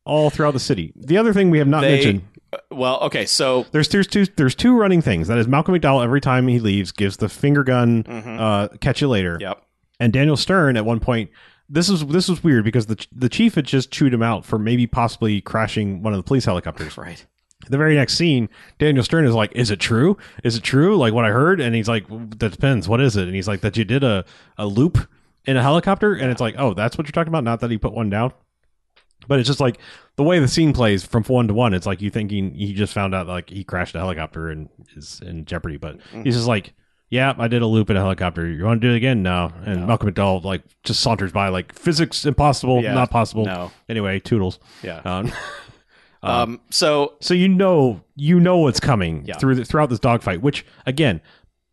all throughout the city. The other thing we have not They- mentioned uh, well, okay, so there's there's two there's two running things. That is Malcolm McDowell every time he leaves gives the finger gun uh, catch you later, mm-hmm. yep, and Daniel Stern at one point. This is this was weird because the ch- the chief had just chewed him out for maybe possibly crashing one of the police helicopters. right. The very next scene, Daniel Stern is like, "Is it true? Is it true? Like what I heard?" And he's like, "That depends. What is it?" And he's like, "That you did a a loop in a helicopter." And it's like, "Oh, that's what you're talking about." Not that he put one down, but it's just like the way the scene plays from one to one. It's like you thinking he just found out like he crashed a helicopter and is in jeopardy, but Mm-hmm. he's just like. Yeah, I did a loop in a helicopter. You want to do it again? No. And Malcolm McDowell like just saunters by like physics impossible, Yeah. not possible. No. Anyway, toodles. Yeah. Um, Um, so so you know you know what's coming Yeah. through the, throughout this dogfight, which again,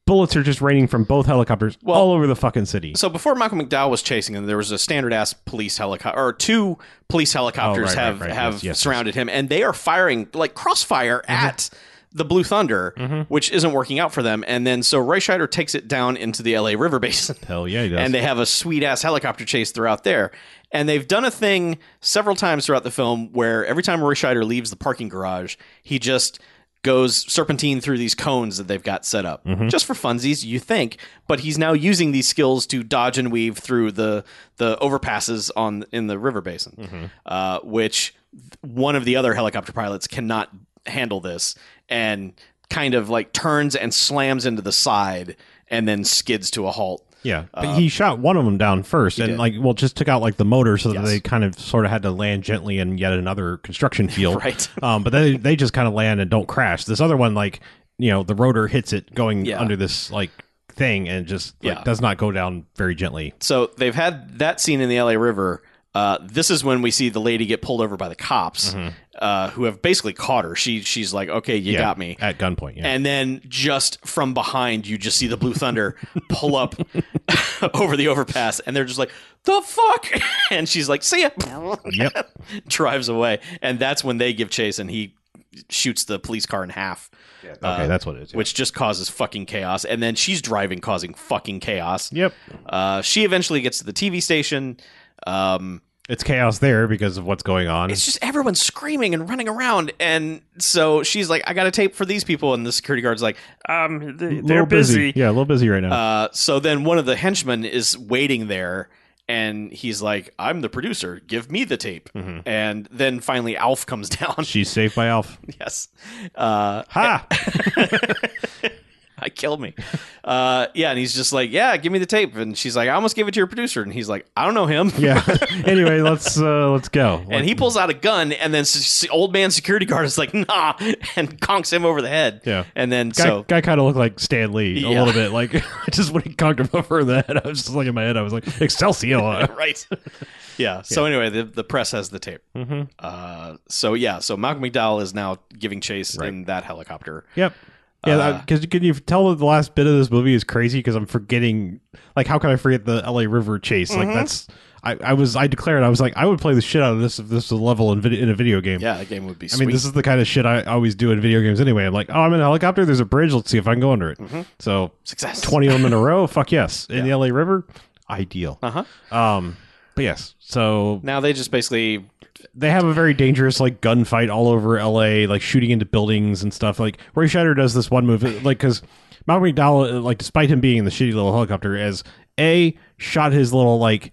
bullets are just raining from both helicopters Well- all over the fucking city. so before Malcolm McDowell was chasing him, there was a standard ass police helicopter or two police helicopters Oh, right, have right, right. have Yes, yes, Mm-hmm. surrounded him and they are firing like crossfire at the Blue Thunder, which isn't working out for them. And then so Roy Scheider takes it down into the LA River Basin. Hell yeah, he does. and they have a sweet ass helicopter chase throughout there. And they've done a thing several times throughout the film where every time Roy Scheider leaves the parking garage, he just goes serpentine through these cones that they've got set up Mm-hmm. just for funsies, you think. But he's now using these skills to dodge and weave through the the overpasses on in the river basin, Mm-hmm. uh, which th- one of the other helicopter pilots cannot handle this and kind of like turns and slams into the side and then skids to a halt. yeah, but he shot one of them down first, and uh, did. like well, just took out like the motor, so that Yes. they kind of sort of had to land gently in yet another construction field. Right. Um, but they they just kind of land and don't crash. This other one, like you know, the rotor hits it going Yeah. under this like thing and just like, Yeah. does not go down very gently. so they've had that scene in the LA River. Uh, this is when we see the lady get pulled over by the cops, uh, who have basically caught her. She she's like, "Okay, you Mm-hmm. Yeah, got me." at gunpoint. Yeah. And then just from behind, you just see the Blue Thunder pull up over the overpass, and they're just like, "The fuck!" And she's like, "See ya." yep. Drives away, and that's when they give chase, and he shoots the police car in half, okay, uh, that's what it is. yeah. which just causes fucking chaos. And then she's driving, causing fucking chaos. yep, Uh, she eventually gets to the TV station. Um, it's chaos there because of what's going on. it's just everyone screaming and running around. And so she's like, I got a tape for these people. And the security guard's like, um, A they- little they're busy. Yeah, a little busy right now. Uh, so then one of the henchmen is waiting there and he's like, I'm the producer. Give me the tape. Mhm. And then finally, Alf comes down. She's saved by Alf. yes. Uh, Ha! I killed me. Uh, yeah. And he's just like, Yeah, give me the tape. And she's like, I almost gave it to your producer. And he's like, I don't know him. yeah. anyway, let's uh, let's go. And he pulls out a gun, and then s- s- old man security guard is like, nah, and conks him over the head. Yeah. And then Guy, so, guy kind of looked like Stan Lee a Yeah. little bit. Like, just when he conked him over the head, I was just like in my head, I was like, Excelsior. right. Yeah. So anyway, the, the press has the tape. mm-hmm. Uh, so yeah, so Malcolm McDowell is now giving chase Right. in that helicopter. Yep. Uh, Yeah, because can you tell that the last bit of this movie is crazy? Because I'm forgetting, like, how can I forget the L.A. River chase? Mm-hmm. Like, that's I, I was I declared I was like I would play the shit out of this if this was a level in, vid- in a video game. Yeah, that game would be I sweet. mean, this is the kind of shit I always do in video games anyway. I'm like, oh, I'm in a helicopter. There's a bridge. Let's see if I can go under it. So Success. 20 of them in a row. Fuck yes. In Mm-hmm. Yeah. the LA River, ideal. Uh huh. Um, but yes. So Now they just basically they have a very dangerous like gunfight all over LA, like shooting into buildings and stuff. Like Ray Shatter does this one move, like because Malcolm McDowell, like despite him being in the shitty little helicopter, as a shot his little like.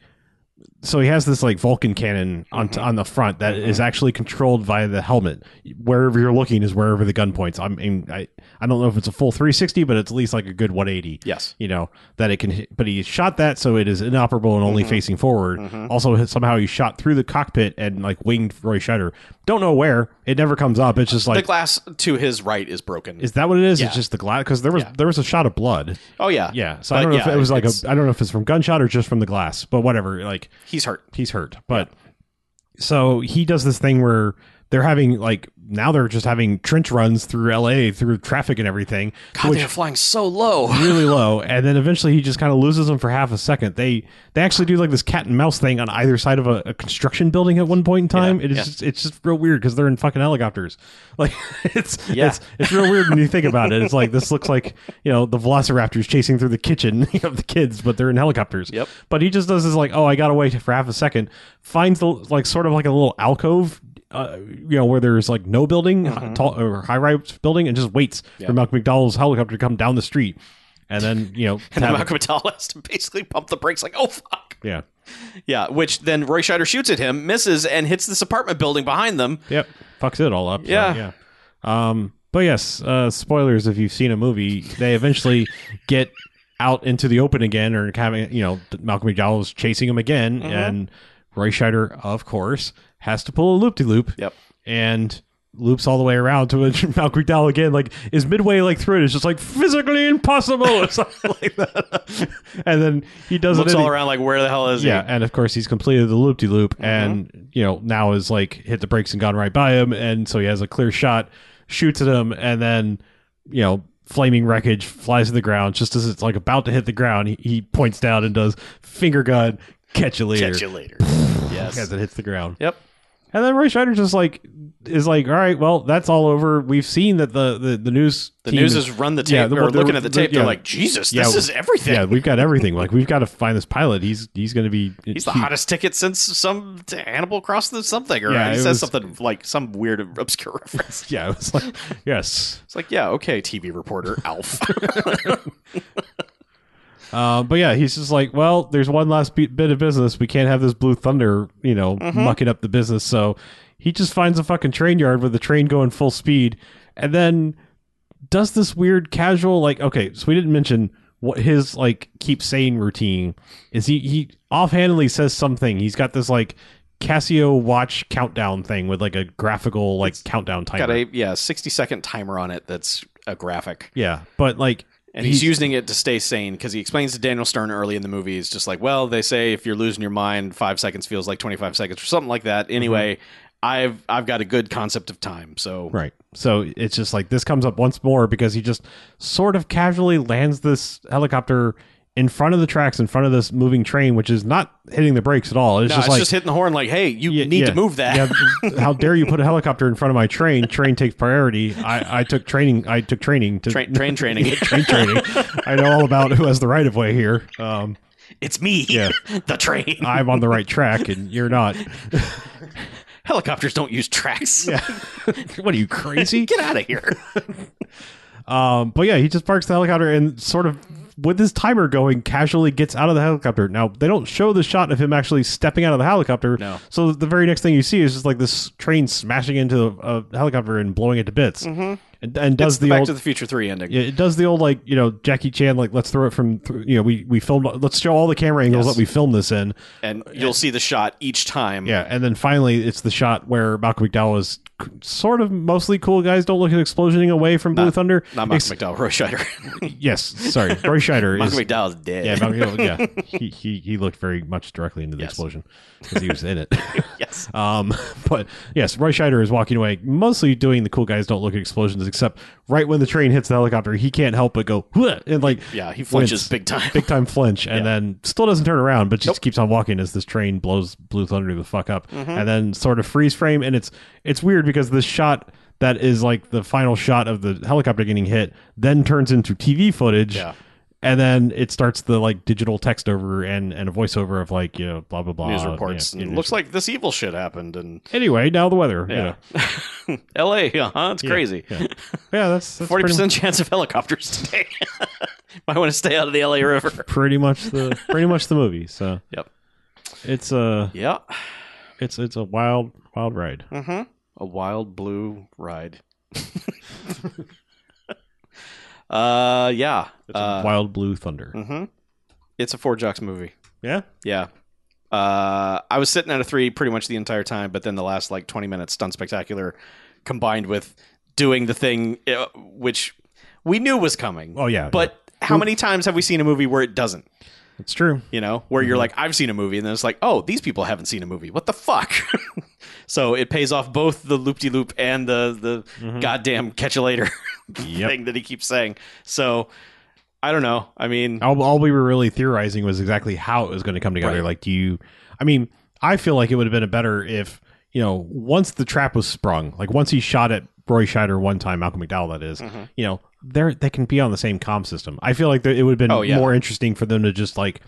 So he has this like Vulcan cannon on on the front that is actually controlled via the helmet. Wherever you're looking is wherever the gun points. I mean, I I don't know if it's a full 360, but it's at least like a good 180 yes. you know that it can hit, but he shot that so it is inoperable and only Mm-hmm. facing forward also hit- somehow he shot through the cockpit and like winged roy Scheider. don't know where it never comes up it's just The like glass to his right is broken. is that what it is Yeah. it's just the glass because there was Yeah. there was a shot of blood oh yeah. yeah so But i don't know yeah, if it was like it's- a i don't know if it's from gunshot or just from the glass but whatever like He's hurt. he's hurt but so he does this thing where they're having like now they're just having trench runs through la through traffic and everything God, they're flying so low. really low, and then eventually he just kind of loses them for half a second. They they actually do like this cat and mouse thing on either side of a, a construction building at one point in time. it is yeah. just, it's just real weird because they're in fucking helicopters. Like it's Yeah. it's it's real weird when you think about it. It's like this looks like you know the Velociraptors chasing through the kitchen of the kids, but they're in helicopters. Yep. But he just does this like, oh, I got away for half a second. Finds the like sort of like a little alcove, uh, you know, where there's like no building, tall or high rise building, and just waits Mm-hmm. Yeah. for Malcolm McDowell's helicopter to come down the street, and then you know, And then have- Malcolm McDowell has to basically pump the brakes like, oh fuck. yeah, Yeah. Which then Roy Scheider shoots at him, misses, and hits this apartment building behind them. yep, fucks it all up. so, Yeah. yeah. Um, but yes, uh, spoilers if you've seen a movie, they eventually get out into the open again, or having you know, Malcolm McDowell's chasing him again, Mm-hmm. and Roy Scheider, of course, has to pull a loop de loop. Yep. and loops all the way around to a Malcolm McDowell again. Like is midway like through it, it's just like physically impossible or something like that. and then he does Looks it. all any- around like where the hell is yeah, he? and of course he's completed the loop de Mm-hmm. loop, and you know now is like hit the brakes and gone right by him, and so he has a clear shot, shoots at him, and then you know flaming wreckage flies to the ground. Just as it's like about to hit the ground, he, he points down and does finger gun, catch you later, Catch you later. as yes. it hits the ground. Yep. And then Roy Scheider just like is like, all right, well, that's all over. We've seen that the the, the news The team news is has run the tape. Yeah, the- they're the- looking at the the- tape. They're yeah. like, Jesus, Yeah, this we- is everything. yeah, we've got everything. Like we've got to find this pilot. He's he's going to be He's the hottest ticket since some Hannibal crossed the something, or Yeah, he it says was- something like some weird obscure reference. Yeah, it's like yes. It's like, yeah, okay, TV reporter Alf. Uh, but yeah, he's just like, well, there's one last be- bit of business. We can't have this Blue Thunder, you know, Mm-hmm. mucking up the business. So he just finds a fucking train yard with the train going full speed, and then does this weird casual like. Okay, so we didn't mention what his like keep saying routine is. He he offhandedly says something. He's got this like Casio watch countdown thing with like a graphical like countdown timer. Got a yeah, sixty second timer on it that's a graphic, yeah, but like. and he's, using it to stay sane because he explains to Daniel Stern early in the movie. He's just like, well, they say if you're losing your mind, five seconds feels like twenty five seconds or something like that. Anyway, I've I've got a good concept of time, so Mm-hmm. Right. So it's just like this comes up once more because he just sort of casually lands this helicopter in front of the tracks, in front of this moving train, which is not hitting the brakes at all. It's No, just it's like just hitting the horn like, hey, you Yeah, need yeah. to move that. Yeah, how dare you put a helicopter in front of my train? Train takes priority. I, I took training. I took training to Train, train training. train training. I know all about who has the right of way here. Um, it's me, Yeah. the train. I'm on the right track, and you're not. Helicopters don't use tracks. Yeah. what are you crazy? Get out of here. Um, but yeah, he just parks the helicopter and sort of with his timer going, casually gets out of the helicopter. Now they don't show the shot of him actually stepping out of the helicopter. No. So the very next thing you see is just like this train smashing into a, a helicopter and blowing it to bits. Mm-hmm. And, and does It's the the Back old to the Future 3 ending. Yeah, it does the old like you know Jackie Chan like let's throw it from th- you know we we filmed let's show all the camera angles Yes. that we filmed this in And you'll see the shot each time. yeah and then finally it's the shot where Malcolm McDowell is c- sort of mostly cool guys don't look at explosioning away from Blue Thunder Not Malcolm Ex- McDowell, Roy Scheider. yes sorry Roy Scheider is Malcolm McDowell's dead. yeah Malcolm McDowell, yeah he, he he looked very much directly into the Yes. explosion because he was in it yes. Um, but yes, Roy Scheider is walking away, mostly doing the cool guys don't look at explosions, except right when the train hits the helicopter, he can't help but go, "Huh," and like, Yeah, he flinches wince. big time. big time flinch, and Yeah. then still doesn't turn around, but just keeps on walking as this train blows Blue Thunder the fuck up, Mm-hmm. and then sort of freeze frame, and it's it's weird because this shot that is like the final shot of the helicopter getting hit, then turns into TV footage. Yeah. And then it starts the like digital text over and, and a voiceover of like you know blah blah blah News yeah, reports. yeah, and news looks like this evil shit happened. And Anyway, now the weather. Yeah, yeah. LA, huh? It's crazy. yeah, yeah that's, that's Forty pretty, much, percent chance of helicopters today. Might want to stay out of the LA River. pretty much the pretty much the movie. So Yep. it's a Yeah. it's it's a wild wild ride. Mm-hmm. A wild blue ride. uh, yeah. It's Uh, a wild blue thunder. mm-hmm. It's a four jocks movie. Yeah, Yeah. Uh, I was sitting at a three pretty much the entire time, but then the last like 20 minutes, Stunt Spectacular combined with doing the thing, uh, which we knew was coming. Oh, yeah, But how many times have we seen a movie where it doesn't? it's true. you know, where Mm-hmm. you're like, I've seen a movie, and then it's like, oh, these people haven't seen a movie. What the fuck? so it pays off both the loop de loop and the the goddamn catch you later Mm-hmm. Yep. thing that he keeps saying. So I don't know. I mean, All, all we were really theorizing was exactly how it was going to come together. Right. Like, do you? I mean, I feel like it would have been better if you know once the trap was sprung, like once he shot at Roy Scheider one time, Malcolm McDowell. That is, Mm-hmm. you know, they're they can be on the same comm system. I feel like there, it would have been Oh, yeah. more interesting for them to just like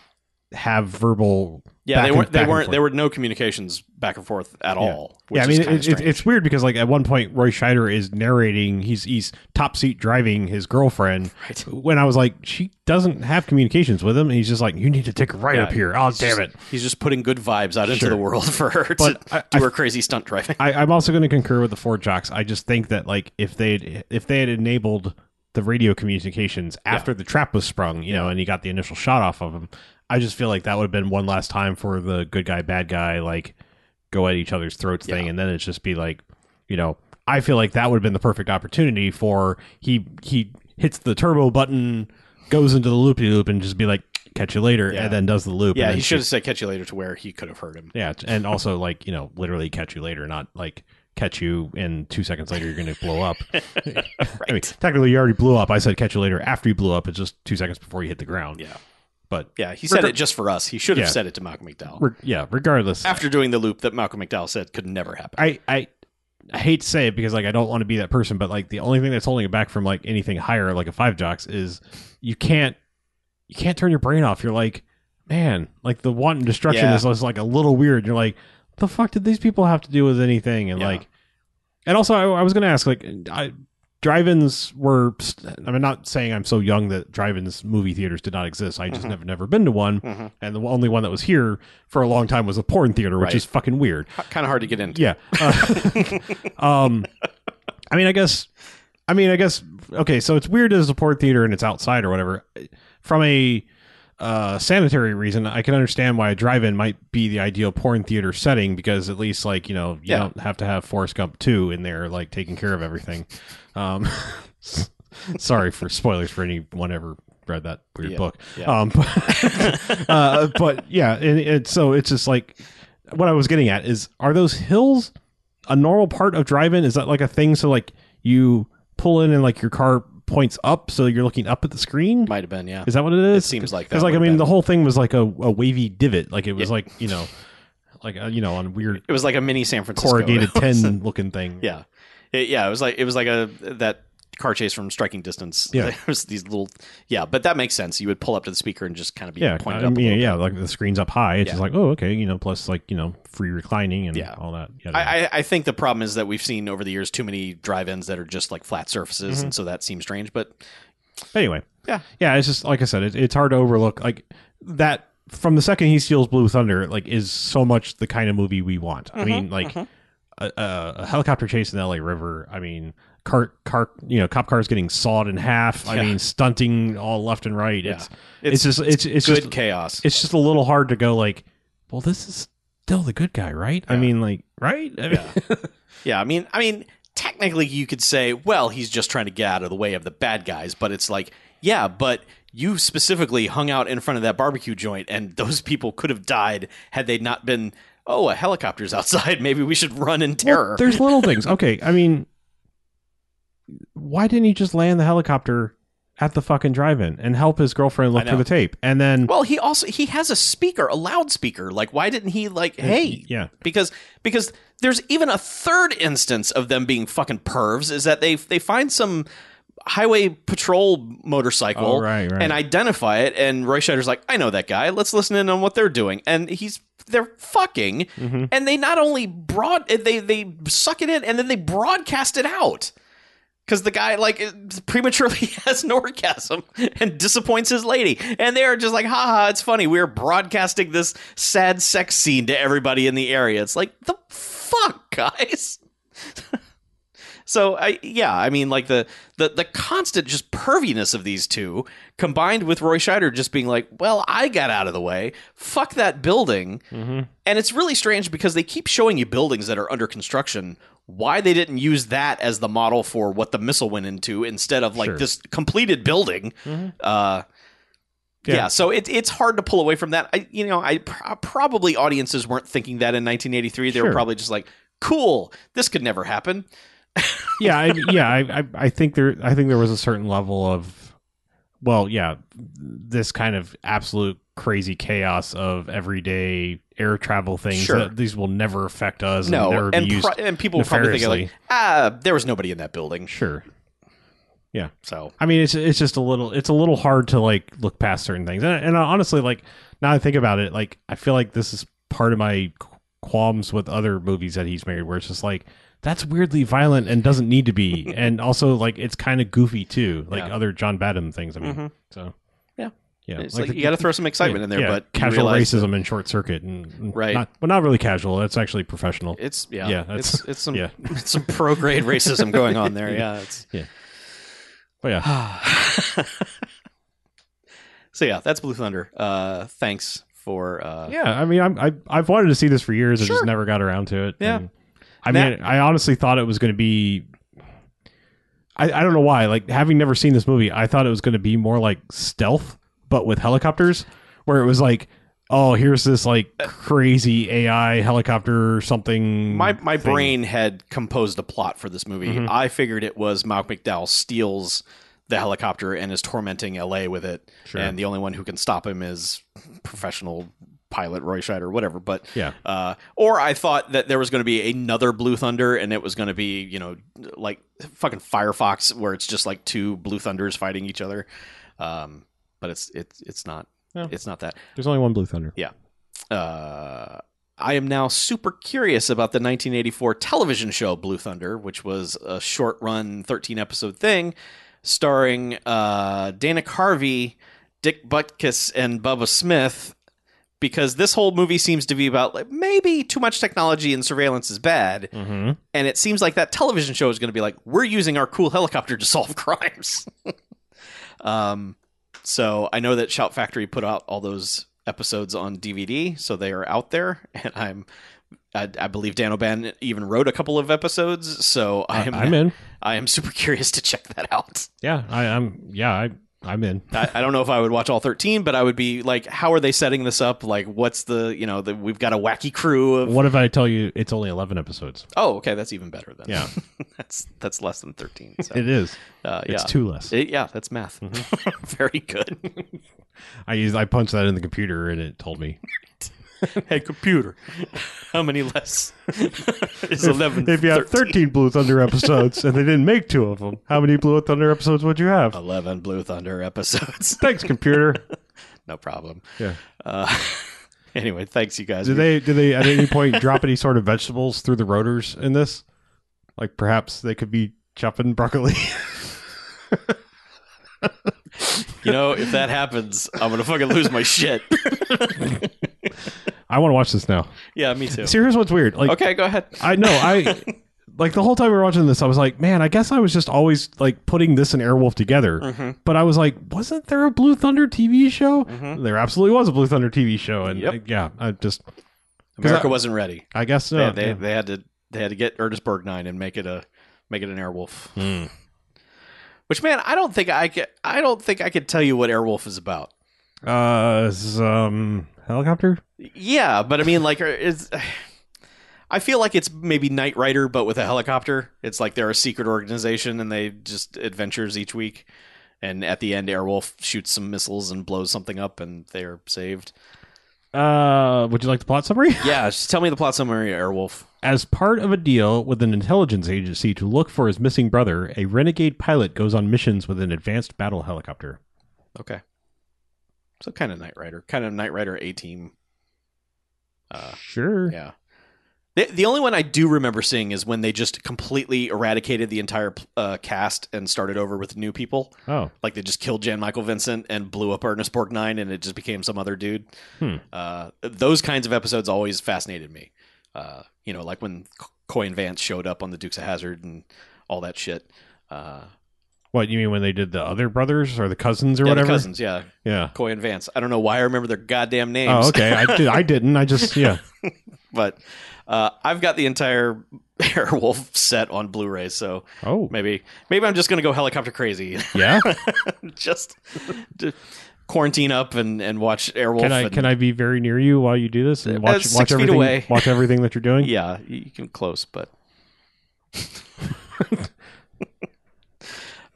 have verbal. yeah, back they and- weren't back they and weren't forth. there were no communications back and forth at all. Which yeah, I is mean, kinda it, it, strange. it's weird because like at one point Roy Scheider is narrating. He's he's top seat driving his girlfriend. Right. When I was like, she doesn't have communications with him. And he's just like, you need to take a right Yeah, up here. Oh he's damn it! just- He's just putting good vibes out into Sure. the world for her to But I- do I- her crazy stunt driving. I, I'm also going to concur with the four jocks. I just think that like if they if they had enabled the radio communications after the trap was sprung, you know, and he got the initial shot off of him, I just feel like that would have been one last time for the good guy bad guy like go at each other's throats thing, and then it's just be like, you know, I feel like that would have been the perfect opportunity for he he hits the turbo button, goes into the loopy loop, and just be like, catch you later, Yeah. and then does the loop. yeah, and then he should have said catch you later to where he could have heard him. yeah, t- and also like you know, literally catch you later, not like catch you and two seconds later you're going to blow up. I mean, technically you already blew up. I said catch you later after you blew up. It's just two seconds before you hit the ground. Yeah. but Yeah, he said it just for us. He should have Yeah. said it to Malcolm McDowell. re- yeah. Regardless, after doing the loop that Malcolm McDowell said could never happen. I I. I hate to say it because like I don't want to be that person, but like the only thing that's holding it back from like anything higher, like a five jocks, is you can't you can't turn your brain off. You're like, man, like the wanton destruction Yeah. is just like a little weird. You're like, the fuck did these people have to do with anything? And Yeah. like, and also I, I was gonna ask like, I drive-ins were. I mean, not saying I'm so young that drive-ins movie theaters did not exist. I just Mm-hmm. never never been to one, Mhm. and the only one that was here for a long time was a porn theater, which Right. is fucking weird. Kind of hard to get into. Yeah. Uh, um, I mean, I guess. I mean, I guess. Okay, so it's weird as a port theater and it's outside or whatever. From a uh, sanitary reason, I can understand why a drive-in might be the ideal porn theater setting because at least, like you know, you Yeah. don't have to have Forrest Gump two in there, like taking care of everything. Um, sorry for spoilers for anyone ever read that weird Yeah. book. Yeah. Um, but, uh, but yeah, and, and so it's just like what I was getting at is are those hills a normal part of driving? Is that like a thing? So like you pull in and like your car points up, so you're looking up at the screen. Might have been, yeah. Is that what it is? It seems like that Because like I would've mean, been. the whole thing was like a, a wavy divot. Like it was like you know, like uh, you know, on weird It was like a mini San Francisco. corrugated It was- tin looking thing. Yeah, It- yeah. It was like it was like a that car chase from striking distance. Yeah. There was these little. Yeah, but that makes sense. You would pull up to the speaker and just kind of be yeah. pointed I up. a mean, little. yeah, like the screen's up high. It's Yeah. just like oh, okay, you know, plus like you know, free reclining and Yeah. all that. Yeah, I, I- I think the problem is that we've seen over the years too many drive-ins that are just like flat Mm-hmm. surfaces, and so that seems strange. But anyway, Yeah. yeah. It's just like I said, it, it's hard to overlook like that. From the second he steals Blue Thunder, it, like is so much the kind of movie we want. I Mm-hmm, mean, like a, a, a helicopter chase in the LA River. I mean, car car you know cop cars getting sawed in half. I Yeah. mean, stunting all left and right. Yeah. It's, it's just it's it's good just chaos. it's just a little hard to go like, well, this is still the good guy, right? I Yeah. mean, like, right? I mean, Yeah. yeah, I mean, I mean, technically, you could say, well, he's just trying to get out of the way of the bad guys, but it's like, yeah, but you specifically hung out in front of that barbecue joint, and those people could have died had they not been. Oh, a helicopter's outside. Maybe we should run in Well, terror. there's little things. Okay, I mean, why didn't he just land the helicopter at the fucking drive-in and help his girlfriend I look know. for the tape? And then, well, he also he has a speaker, a loudspeaker. Like, why didn't he like, hey, yeah, because because there's even a third instance of them being fucking pervs is that they they find some highway patrol motorcycle Oh, right, right. and identify it and Roy Scheider's like I know that guy let's listen in on what they're doing and he's they're fucking and they not only broad they they suck it in and then they broadcast it out because the guy like prematurely has an orgasm and disappoints his lady and they're just like haha it's funny we're broadcasting this sad sex scene to everybody in the area it's like the fuck guys so i yeah i mean like the the, the constant just perviness of these two combined with roy scheider just being like well i got out of the way fuck that building Mm-hmm. and it's really strange because they keep showing you buildings that are under construction. Why they didn't use that as the model for what the missile went into instead of like Sure. this completed building? Mm-hmm. Uh, yeah. Yeah. so it, it's hard to pull away from that. I, you know, I pr- probably audiences weren't thinking that in 1983. They were Sure. probably just like, "Cool, this could never happen." yeah, I, yeah. I, I, I think there, I think there was a certain level of, well, yeah, this kind of absolute crazy chaos of everyday air travel things. Sure. that these will never affect us. and, No, never be and used. pro- and people were probably thinking like, nefariously. "Ah, there was nobody in that building." sure. So I mean, it's it's just a little it's a little hard to like look past certain things, and, and honestly, like now I think about it, like I feel like this is part of my qu- qualms with other movies that he's made, where it's just like that's weirdly violent and doesn't need to be, and also like it's kind of goofy too, like Yeah. other John Badham things. I mean, Mhm. so Yeah. yeah, it's like, the- you got to throw some excitement in there, yeah, but you casual realize racism and short circuit, and, and Right. not, well, not really casual. That's actually professional. It's yeah, Yeah, that's- it's it's some yeah. it's some pro grade racism going on there. Yeah, it's but yeah, so yeah, that's Blue Thunder. Uh, thanks for uh, Yeah, I mean, I'm, I I've wanted to see this for years. I Sure. just never got around to it. Yeah. And, I Now- mean, I honestly thought it was going to be. I, I don't know why. Like having never seen this movie, I thought it was going to be more like stealth, but with helicopters, where it was like, oh, here's this like Uh, crazy AI helicopter or something. my my thing. Mm-hmm. brain had composed a plot for this movie. I figured it was Malcolm McDowell steals the helicopter and is tormenting LA with it, Sure. and the only one who can stop him is professional pilot Roy Scheider, whatever. But Yeah. Uh, or I thought that there was going to be another Blue Thunder, and it was going to be you know like fucking Firefox, where it's just like two Blue Thunders fighting each other. Um, but it's it's it's not Yeah. it's not that. There's only one Blue Thunder. Uh, I am now super curious about the 1984 television show Blue Thunder, which was a short run 13 episode thing starring uh, Dana Carvey, Dick Butkus, and Bubba Smith. Because this whole movie seems to be about like maybe too much technology and surveillance is bad, Mm-hmm. and it seems like that television show is going to be like we're using our cool helicopter to solve crimes. um, so I know that Shout Factory put out all those episodes on DVD, so they are out there, and I'm. I, I believe Dan O'Ban even wrote a couple of episodes, so I am I'm in. I am super curious to check that out. Yeah, I, I'm. Yeah, I I'm in. I, I don't know if I would watch all 13, but I would be like, how are they setting this up? Like, what's the, you know, the, we've got a wacky crew of. What if I tell you it's only 11 episodes? Oh, okay. That's even better then. Yeah. that's that's less than 13. So, It is. uh, yeah. It's two less. It- yeah, that's math. Mm-hmm. Very good. I used I punched that in the computer and it told me. hey, computer, how many less is 11? If you have 13 Blue Thunder episodes and they didn't make two of them, how many Blue Thunder episodes would you have? 11 Blue Thunder episodes. Thanks, computer. no problem. Yeah. Uh, anyway, thanks, you guys. Do they do they at any point drop any sort of vegetables through the rotors in this? Like perhaps they could be chopping broccoli. You know, if that happens, I'm going to fucking lose my shit. I want to watch this now. yeah, me too. See, here's what's weird. Like Okay, go ahead. I know I like the whole time we were watching this, I was like, man, I guess I was just always like putting this and Airwolf together. Mm. But I was like, wasn't there a Blue Thunder TV show? There absolutely was a Blue Thunder TV show, and Mm-hmm. Yep. uh, yeah, I just America I- wasn't ready. I guess They, no. they, yeah. they had to they had to get Ernest Bergnine and make it a make it an Airwolf. Hmm. Which man, I don't think I could. I don't think I could tell you what Airwolf is about. Uh, s- um, helicopter. Yeah, but I mean, like, uh, it's. I feel like it's maybe Knight Rider, but with a helicopter. It's like they're a secret organization and they just adventures each week. And at the end, Airwolf shoots some missiles and blows something up, and they're saved. Uh, would you like the plot summary? Yeah, just tell me the plot summary, Airwolf. As part of a deal with an intelligence agency to look for his missing brother, a renegade pilot goes on missions with an advanced battle helicopter. Okay. So kind of Knight Rider, kind of Knight Rider A Team. Uh, sure. Yeah. The, the only one I do remember seeing is when they just completely eradicated the entire uh, cast and started over with new people. Oh, Like they just killed Jan Michael Vincent and blew up Ernest Borgnine, and it just became some other dude. Hmm. Uh, those kinds of episodes always fascinated me. Uh, you know, like when C- Coy and Vance showed up on the Dukes of Hazard and all that shit. Uh, what you mean when they did the other brothers or the cousins or yeah, the whatever? cousins, yeah, Yeah. Coy and Vance. I don't know why I remember their goddamn names. Oh, okay. I did. I didn't. I just yeah. but uh, I've got the entire Airwolf set on Blu-ray, so Oh, maybe maybe I'm just gonna go helicopter crazy, yeah. just d- quarantine up and, and watch Airwolf. Can I and- can I be very near you while you do this and watch Uh, six watch feet everything away. watch everything that you're doing? Yeah, you can close, but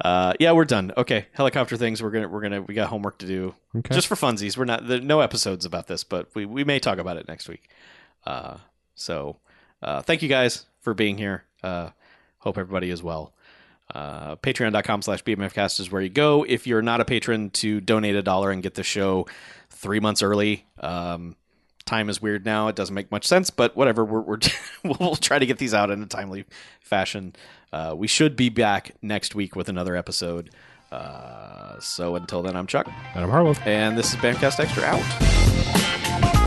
uh, yeah, we're done. Okay, helicopter things. We're gonna we're gonna we got homework to do Okay. just for funsies. We're not there are no episodes about this, but we we may talk about it next week. Uh, so uh, thank you guys for being here. Uh, hope everybody is well. Uh, patreon.com slash bmfcast is where you go if you're not a patron to donate a dollar and get the show three months early um, time is weird now it doesn't make much sense but whatever we're, we're we'll, we'll try to get these out in a timely fashion uh, we should be back next week with another episode uh, so until then i'm chuck Adam Harlow. and this is bamcast extra out Thank